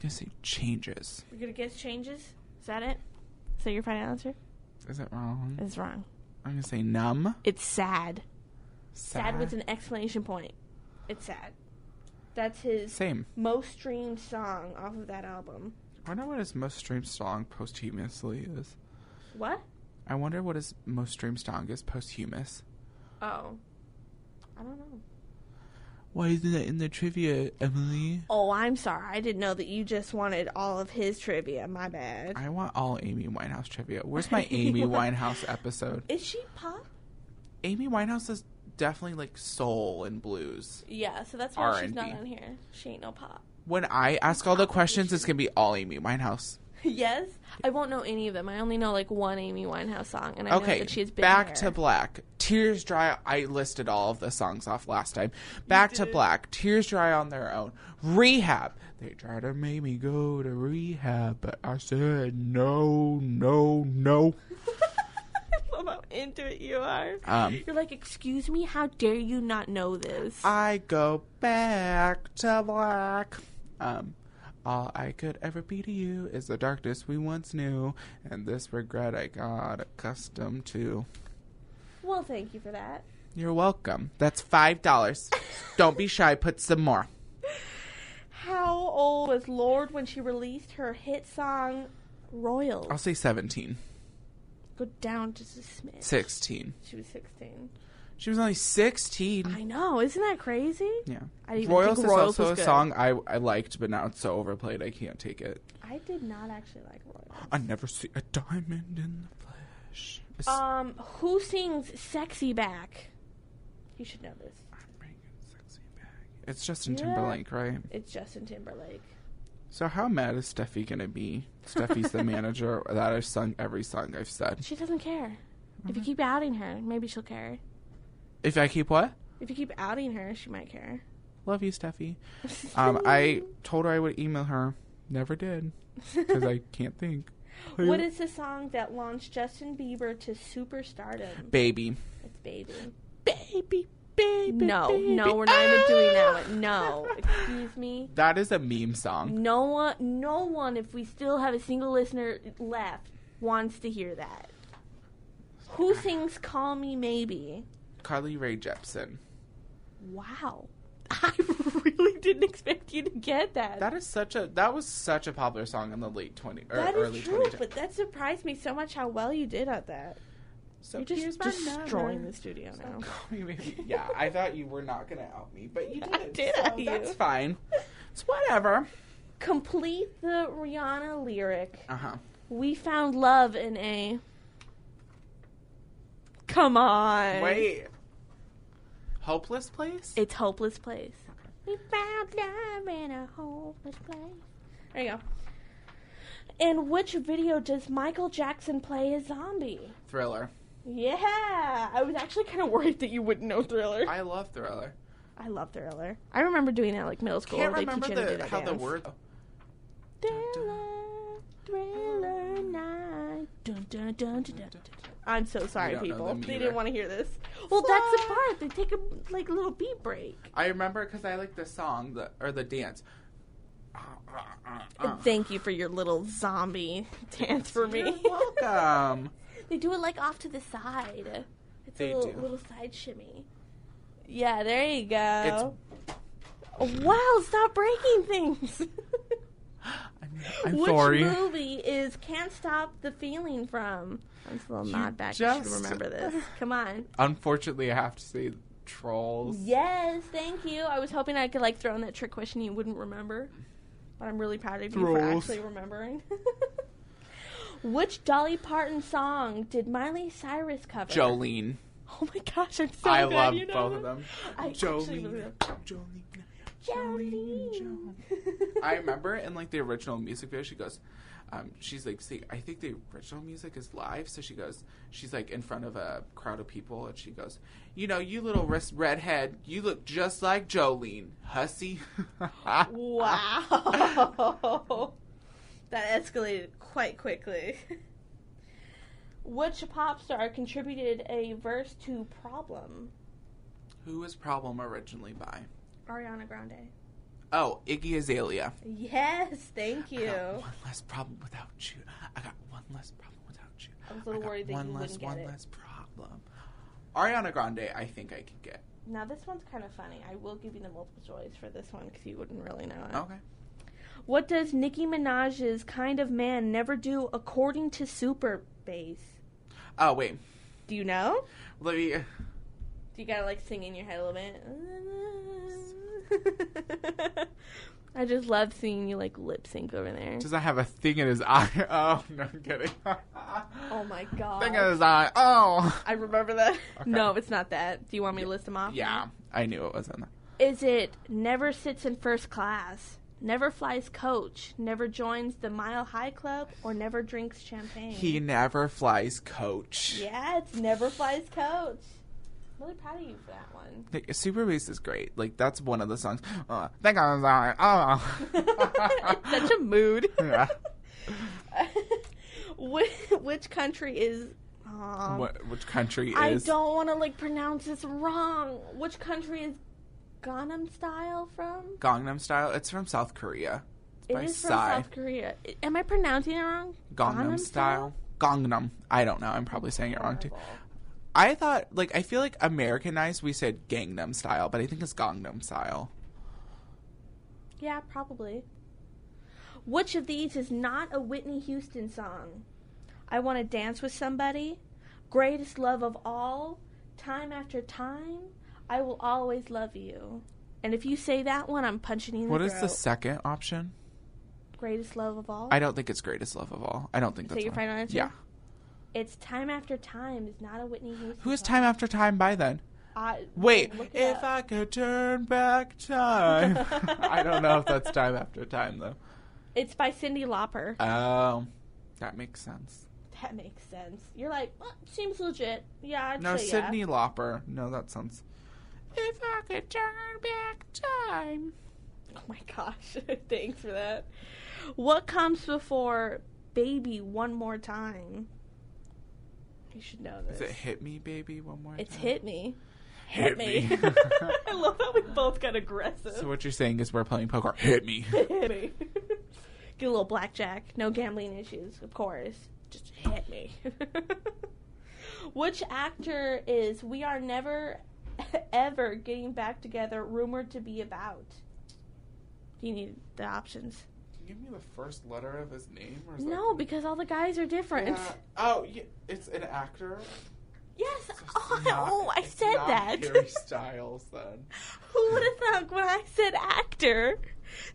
Just say changes. You're gonna guess changes. Is that it? Is that your final answer? Is it wrong? It's wrong. I'm gonna say numb. It's sad. Sad with Sad. an exclamation point. It's sad. That's his Same. most streamed song off of that album. I wonder what his most streamed song posthumously is. What? I wonder what his most streamed song is posthumous. Oh. I don't know. Why isn't it in the trivia, Emily? Oh, I'm sorry. I didn't know that you just wanted all of his trivia. My bad. I want all Amy Winehouse trivia. Where's my Amy Winehouse episode? Is she pop? Amy Winehouse is definitely like soul and blues. Yeah, so that's why she's not R&B. on here. She ain't no pop. When I ask all the questions, it's gonna be all Amy Winehouse. yes, I won't know any of them. I only know like one Amy Winehouse song, and I know okay, that she's been back there. to black. Tears dry. I listed all of the songs off last time. Back to did. black. Tears dry on their own. Rehab. They try to make me go to rehab, but I said no, no, no. I love how into it you are. Um, You're like, excuse me, how dare you not know this? I go back to black. Um, all I could ever be to you is the darkness we once knew, and this regret I got accustomed to. well, thank you for that. You're welcome. That's five dollars. Don't be shy. Put some more. How old was Lord when she released her hit song Royal? I'll say 17. Go down just a smidge. 16. She was 16. She was only 16. I know. Isn't that crazy? Mm. yeah. I didn't even Royals think is Royals also was a good. song I, I liked, but now it's so overplayed I can't take it. I did not actually like Royal. I never see a diamond in the flesh. It's- Um, who sings Sexy Back? You should know this. I'm bringing sexy back. It's Justin Yeah. Timberlake, right? It's Justin Timberlake. So how mad is Steffi gonna be? Steffi's the manager that I've sung every song I've said. She doesn't care. If Mm-hmm. you keep outing her, maybe she'll care. If I keep what? If you keep outing her, she might care. Love you, Steffi. Um, I told her I would email her. Never did because I can't think. what is the song that launched Justin Bieber to superstardom? baby? It's Baby. Baby, baby. No, baby. no, we're not even doing that Ah! one. No, excuse me. That is a meme song. No one, no one. If we still have a single listener left, wants to hear that. Who sings "Call Me Maybe"? Carly Rae Jepsen. Wow, I really didn't expect you to get that. That is such a that was such a popular song in the late twenty or that early is true, 2010s. but that surprised me so much how well you did at that. So You're just here's my destroying number. the studio So now. call me maybe. Yeah, I thought you were not gonna out me, but you did. I did so out you. That's fine. It's whatever. Complete the Rihanna lyric. Uh huh. We found love in a. Come on. Wait. Hopeless place. It's hopeless place. We found love in a hopeless place. There you go. In which video does Michael Jackson play a zombie? Thriller. Yeah, I was actually kind of worried that you wouldn't know Thriller. I, I love Thriller. love Thriller. I remember doing that like middle school. Can't they remember teach you to do the, that how the dance. word. Thriller, Thriller night. Dun, dun, dun, dun, dun, dun. I'm so sorry, don't know people. them They either. didn't want to hear this. Well, that's the part. They take a like little beat break. I remember because I like the song the, or the dance. Ah, ah, ah, ah. Thank you for your little zombie dance for me. You're welcome. they do it like off to the side. It's They a little, do. little side shimmy. Yeah, there you go. It's- Wow, stop breaking things. I'm, I'm Which sorry. movie is Can't Stop the Feeling from? I'm just a little You nod back. You should just- remember this. Come on. Unfortunately, I have to say trolls. Yes, thank you. I was hoping I could like throw in that trick question you wouldn't remember, but I'm really proud of you for Throws. actually remembering. Which Dolly Parton song did Miley Cyrus cover? Jolene. Oh my gosh, I'm so I glad love you know both this. of them. I actually really Jolene. love Jolene. Jolene. Jolene. I remember in like the original music video, she goes, um, she's like, see, I think the original music is live. So she goes, she's like in front of a crowd of people, and she goes, you know, you little res- redhead, you look just like Jolene, hussy. Wow. that escalated quite quickly. Which pop star contributed a verse to Problem? Who was Problem originally by? Ariana Grande. Oh, Iggy Azalea. Yes, thank I you. got one less problem without you. I got one less problem without you. I was a little got worried that one you less, wouldn't get one it. less problem. Ariana Grande, I think I can get. Now this one's kind of funny. I will give you the multiple choice for this one because you wouldn't really know it. Okay. What does Nicki Minaj's "Kind of Man" never do according to Super Bass? Oh wait, Do you know? let me. Do you gotta like sing in your head a little bit? I just love seeing you like lip sync over there. Does that have a thing in his eye? Oh no, I'm kidding. oh my god! Uh-huh. Thing in his eye. Oh. I remember that. Okay. No, it's not that. Do you want me to list them off? Yeah, I knew it was in there. Is it never sits in first class? never flies coach, never joins the Mile High Club, or never drinks champagne. He never flies coach. Mm. yeah, it's never flies coach. I'm really proud of you for that one. Like, Super Bass is great. Like that's one of the songs. Uh, think I'm sorry. Oh. it's such a mood. Yeah. which, which country is? Aw, What, which country I is? don't want to like pronounce this wrong. Which country is Gangnam Style from? Gangnam Style. It's from South Korea. It's by it is from Psy. South Korea. I- Am I pronouncing it wrong? Gangnam, Style. Gangnam. I don't know. I'm probably saying it wrong too. Horrible. I thought like I feel like Americanized we said Gangnam Style, but I think it's Gangnam Style. Yeah, probably. Which of these is not a Whitney Houston song? I Want to Dance with Somebody, Greatest Love of All, Time After Time, I Will Always Love You. And if you say that one, I'm punching you in What the is the throat. second option? Greatest Love of All? I don't think it's Greatest Love of All. I don't think So that's you're one. fine on it, too? Yeah. It's Time After Time. It's not a Whitney Houston Who is song. Time After Time by then? I, Wait, look it if up. I could turn back time. I don't know if that's Time After Time though. It's by Cindy Lauper. Oh, that makes sense. That makes sense. You're like, well, seems legit. Yeah, I'd No, say yeah. Sydney Lauper. No, that sounds. If I could turn back time. Oh my gosh. Thanks for that. What comes before baby one more time? You should know this. Is it Hit Me, Baby? One more. It's time? hit me. Hit me. I love that we both got aggressive. so what you're saying is we're playing poker. Hit me. hit me. Get a little blackjack. No gambling issues, of course. Just hit me. Which actor is We Are Never Ever Getting Back Together rumored to be about? Do you need the options? Give me the first letter of his name, or No, because all the guys are different. Oh, yeah, it's an actor. Yes. So it's Oh, not- oh, I it's said not that. Harry Styles. Then Who would have thought when I said actor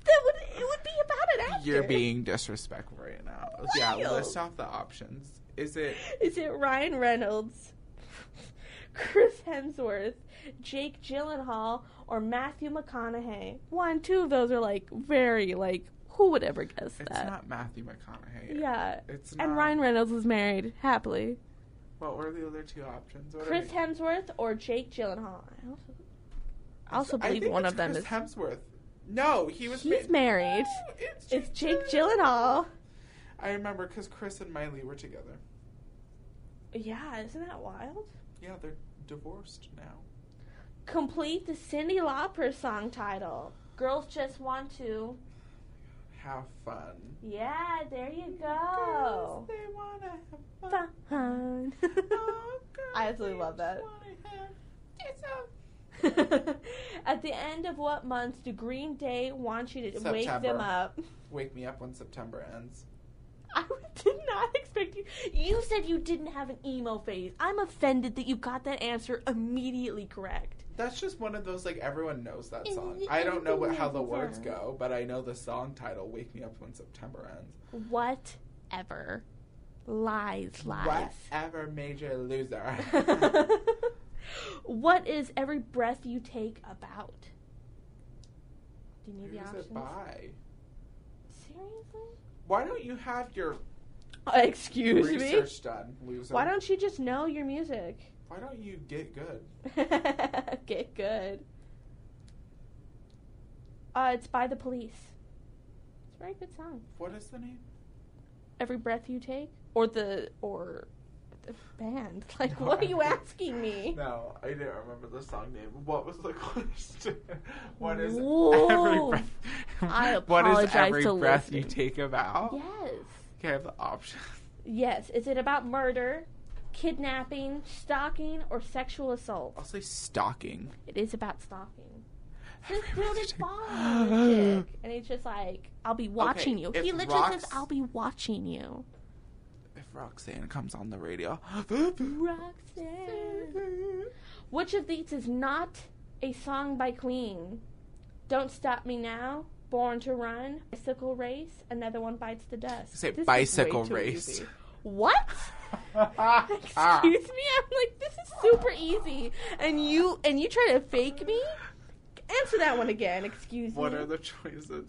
that would it would be about an actor? you're being disrespectful right now. Yeah, Wild. list off the options. Is it? Is it Ryan Reynolds, Chris Hemsworth, Jake Gyllenhaal, or Matthew McConaughey? One, two of those are like very like who would ever guess It's that? not Matthew McConaughey. yeah. It's not. And Ryan Reynolds was married happily. What were the other two options? What are Chris they- Hemsworth or Jake Gyllenhaal? I also, I also I believe think one it's of them Chris is Hemsworth. No, he was. he's ma- married. No, it's Jake, It's Jake Gyllenhaal. I remember because Chris and Miley were together. Yeah, isn't that wild? Yeah, they're divorced now. Complete the Cindy Lauper song title. Girls just want to. Have fun. Yeah, there you go. Girls, they wanna have fun. Fun. Oh, girls, I absolutely they love that. just wanna have- it's a- At the end of what month do Green Day want you to wake them September. up? Wake me up when September ends. I did not expect you. You said you didn't have an emo phase. I'm offended that you got that answer immediately correct. That's just one of those like everyone knows that Is song. it I don't know what how the anything words else? go, but I know the song title. Wake me up when September ends. Whatever. Lies, lies. Whatever, major loser. what is every breath you take about? Do you need the Who's options? it by? Seriously? Why don't you have your Uh, excuse me? research done, loser? Why don't you just know your music? Why don't you get good? Get good. Uh, it's by the police. It's a very good song. What is the name? Every breath you take, or the or the band. Like, No, what are I you think- asking me? No, I didn't remember the song name. What was the question? What is every Whoa. breath? I what is apologize every to breath you listening. take about? Yes. Okay, I have the option. Yes. Is it about murder, kidnapping, stalking, or sexual assault? I'll say stalking. It is about stalking. This Every breath dude you is take- following the chick, and he's just like, "I'll be watching you." if He literally says, rocks- "I'll be watching you." If Roxanne comes on the radio. Roxanne. Which of these is not a song by Queen? Don't Stop Me Now, Born to Run, Bicycle Race, Another One Bites the Dust. Say This is bicycle way too race. easy. What? Ah. Excuse me? I'm like, this is super easy. And you and you try to fake me? Answer that one again, excuse What me. are the choices?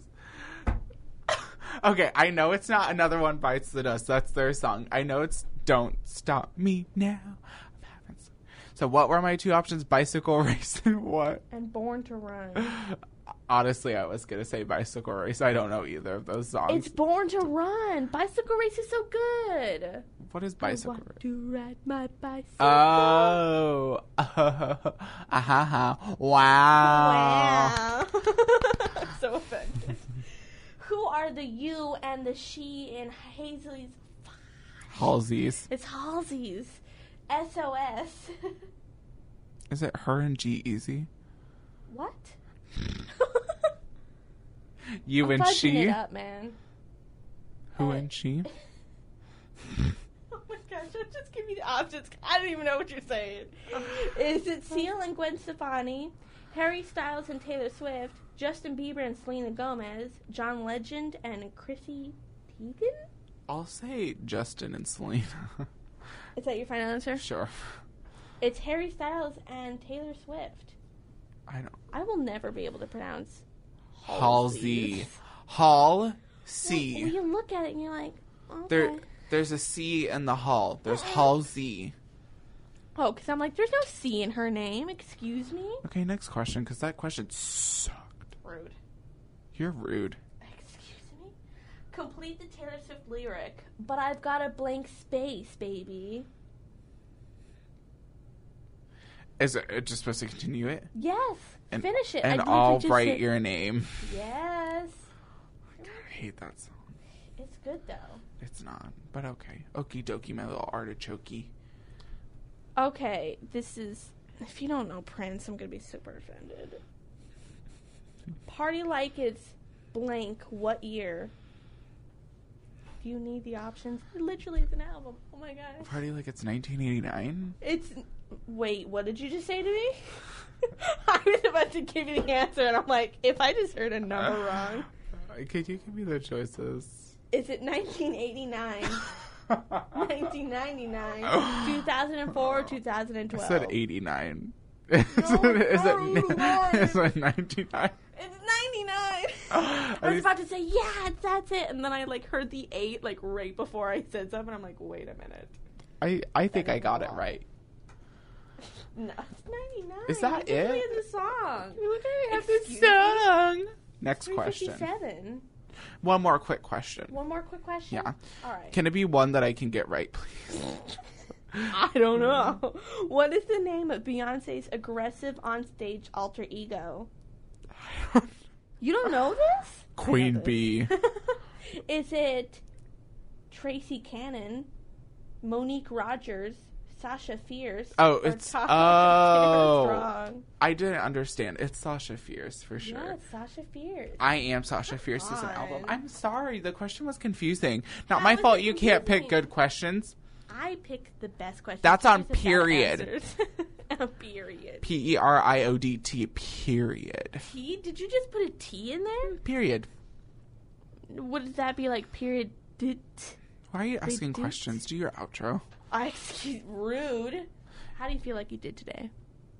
Okay, I know it's not another one bites the dust. That's their song. I know it's "Don't Stop Me Now." I'm having some- So, what were my two options? Bicycle race and what? And Born to Run. Honestly, I was gonna say bicycle race. I don't know either of those songs. It's Born to Run. Bicycle race is so good. what is I bicycle want race? to ride my bicycle. Oh, ahaha! Wow. Wow. so offended. Who are the you and the she in Hazley's? Halsey's. It's Halsey's. SOS. Is it her and G Easy? what? You I'm and fudging she. It up, man. Who Uh, and she? Oh my gosh, don't just give me the options. I don't even know what you're saying. Is it Seal and Gwen Stefani, Harry Styles and Taylor Swift, Justin Bieber and Selena Gomez, John Legend and Chrissy Teigen? I'll say Justin and Selena. Is that your final answer? sure. It's Harry Styles and Taylor Swift. I don't. I will never be able to pronounce Halsey. Hall Well, C. you look at it and you're like, okay. There, there's a C in the hall. There's Halsey. Oh, because I'm like, there's no C in her name. Excuse me. Okay, next question, because that question sucked. Rude. You're rude. Excuse me? Complete the Taylor Swift lyric, but I've got a blank space, baby. Is it it just supposed to continue it? Yes. And- Finish it. I And believe I'll it just write said- your name. Yes. God, I hate that song. It's good, though. It's not, but okay. Okie dokie, my little artichoke. Okay, this is. If you don't know Prince, I'm going to be super offended. Party like it's blank, what year? Do you need the options? It literally is an album. Oh my gosh. Party like it's 1989. It's wait, what did you just say to me? I was about to give you the answer, and I'm like, if I just heard a number wrong, Uh, Could you give me the choices? is it 1989, 1999, 2004, 2012? I Oh. said 89. is No, it, is no, no. it, is it 99? It's 99. I I was mean- about to say, yeah, it's- that's it, and then I like heard the eight like right before I said something. I'm like, wait a minute, I, I think I got it right. no, it's 99. Is that It's literally it? In the song. Look, I have this song. Next question. 357. One more quick question. One more quick question. Yeah. All right. Can it be one that I can get right, please? I don't know. What is the name of Beyonce's aggressive onstage alter ego? You don't know this? Queen Bee. is it Tracy Cannon, Monique Rogers, Sasha Fierce? Oh, or it's- Tasha oh. Tara Strong? I didn't understand. It's Sasha Fierce for sure. Yes, Sasha Fierce. I am Sasha Fierce's an album. on. I'm sorry, the question was confusing. Not How my is fault it you can't pick confusing? good questions. I picked the best question. That's on Choose the best period. answers. period. P E R I O D T, period. T? Did you just put a T in there? Period. Would that be like period? Did Why are you asking did. questions? Do your outro. I excuse rude. How do you feel like you did today?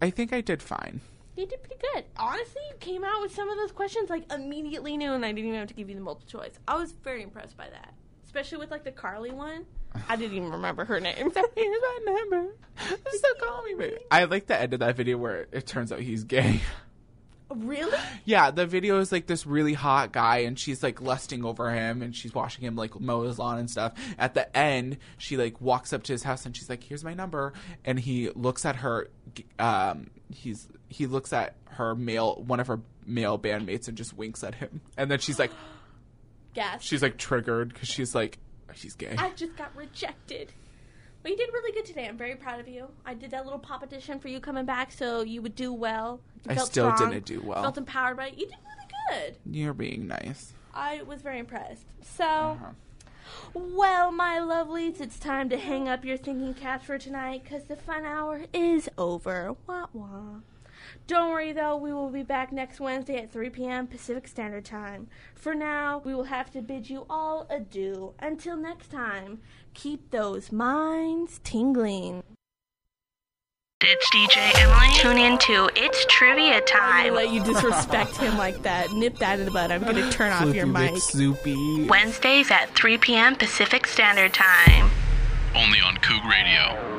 I think I did fine. You did pretty good. Honestly, you came out with some of those questions like immediately knew, and I didn't even have to give you the multiple choice. I was very impressed by that, especially with like the Carly one. I didn't even remember her name. Here's my number. Still call me, baby. I like the end of that video where it turns out he's gay. really? Yeah, the video is like this really hot guy, and she's like lusting over him, and she's watching him like mow his lawn and stuff. At the end, she like walks up to his house, and she's like, "Here's my number," and he looks at her. g- Um, he's he looks at her male one of her male bandmates and just winks at him, and then she's like, Yes. she's like triggered because she's like, she's gay. I just got rejected. But you did really good today. I'm very proud of you. I did that little pop edition for you coming back, so you would do well. You I felt still strong, didn't do well. Felt empowered by it. You did really good. You're being nice. I was very impressed. So. Uh-huh. Well, my lovelies, it's time to hang up your thinking caps for tonight because the fun hour is over. Wah wah. Don't worry though, we will be back next Wednesday at 3 p.m. Pacific Standard Time. For now, we will have to bid you all adieu. Until next time, keep those minds tingling. It's DJ Emily. Tune in to It's Trivia I'll Time. let you disrespect him like that. Nip that in the bud. I'm gonna turn off your mic. Soupy. Wednesdays at 3 p.m. Pacific Standard Time. Only on Coog Radio.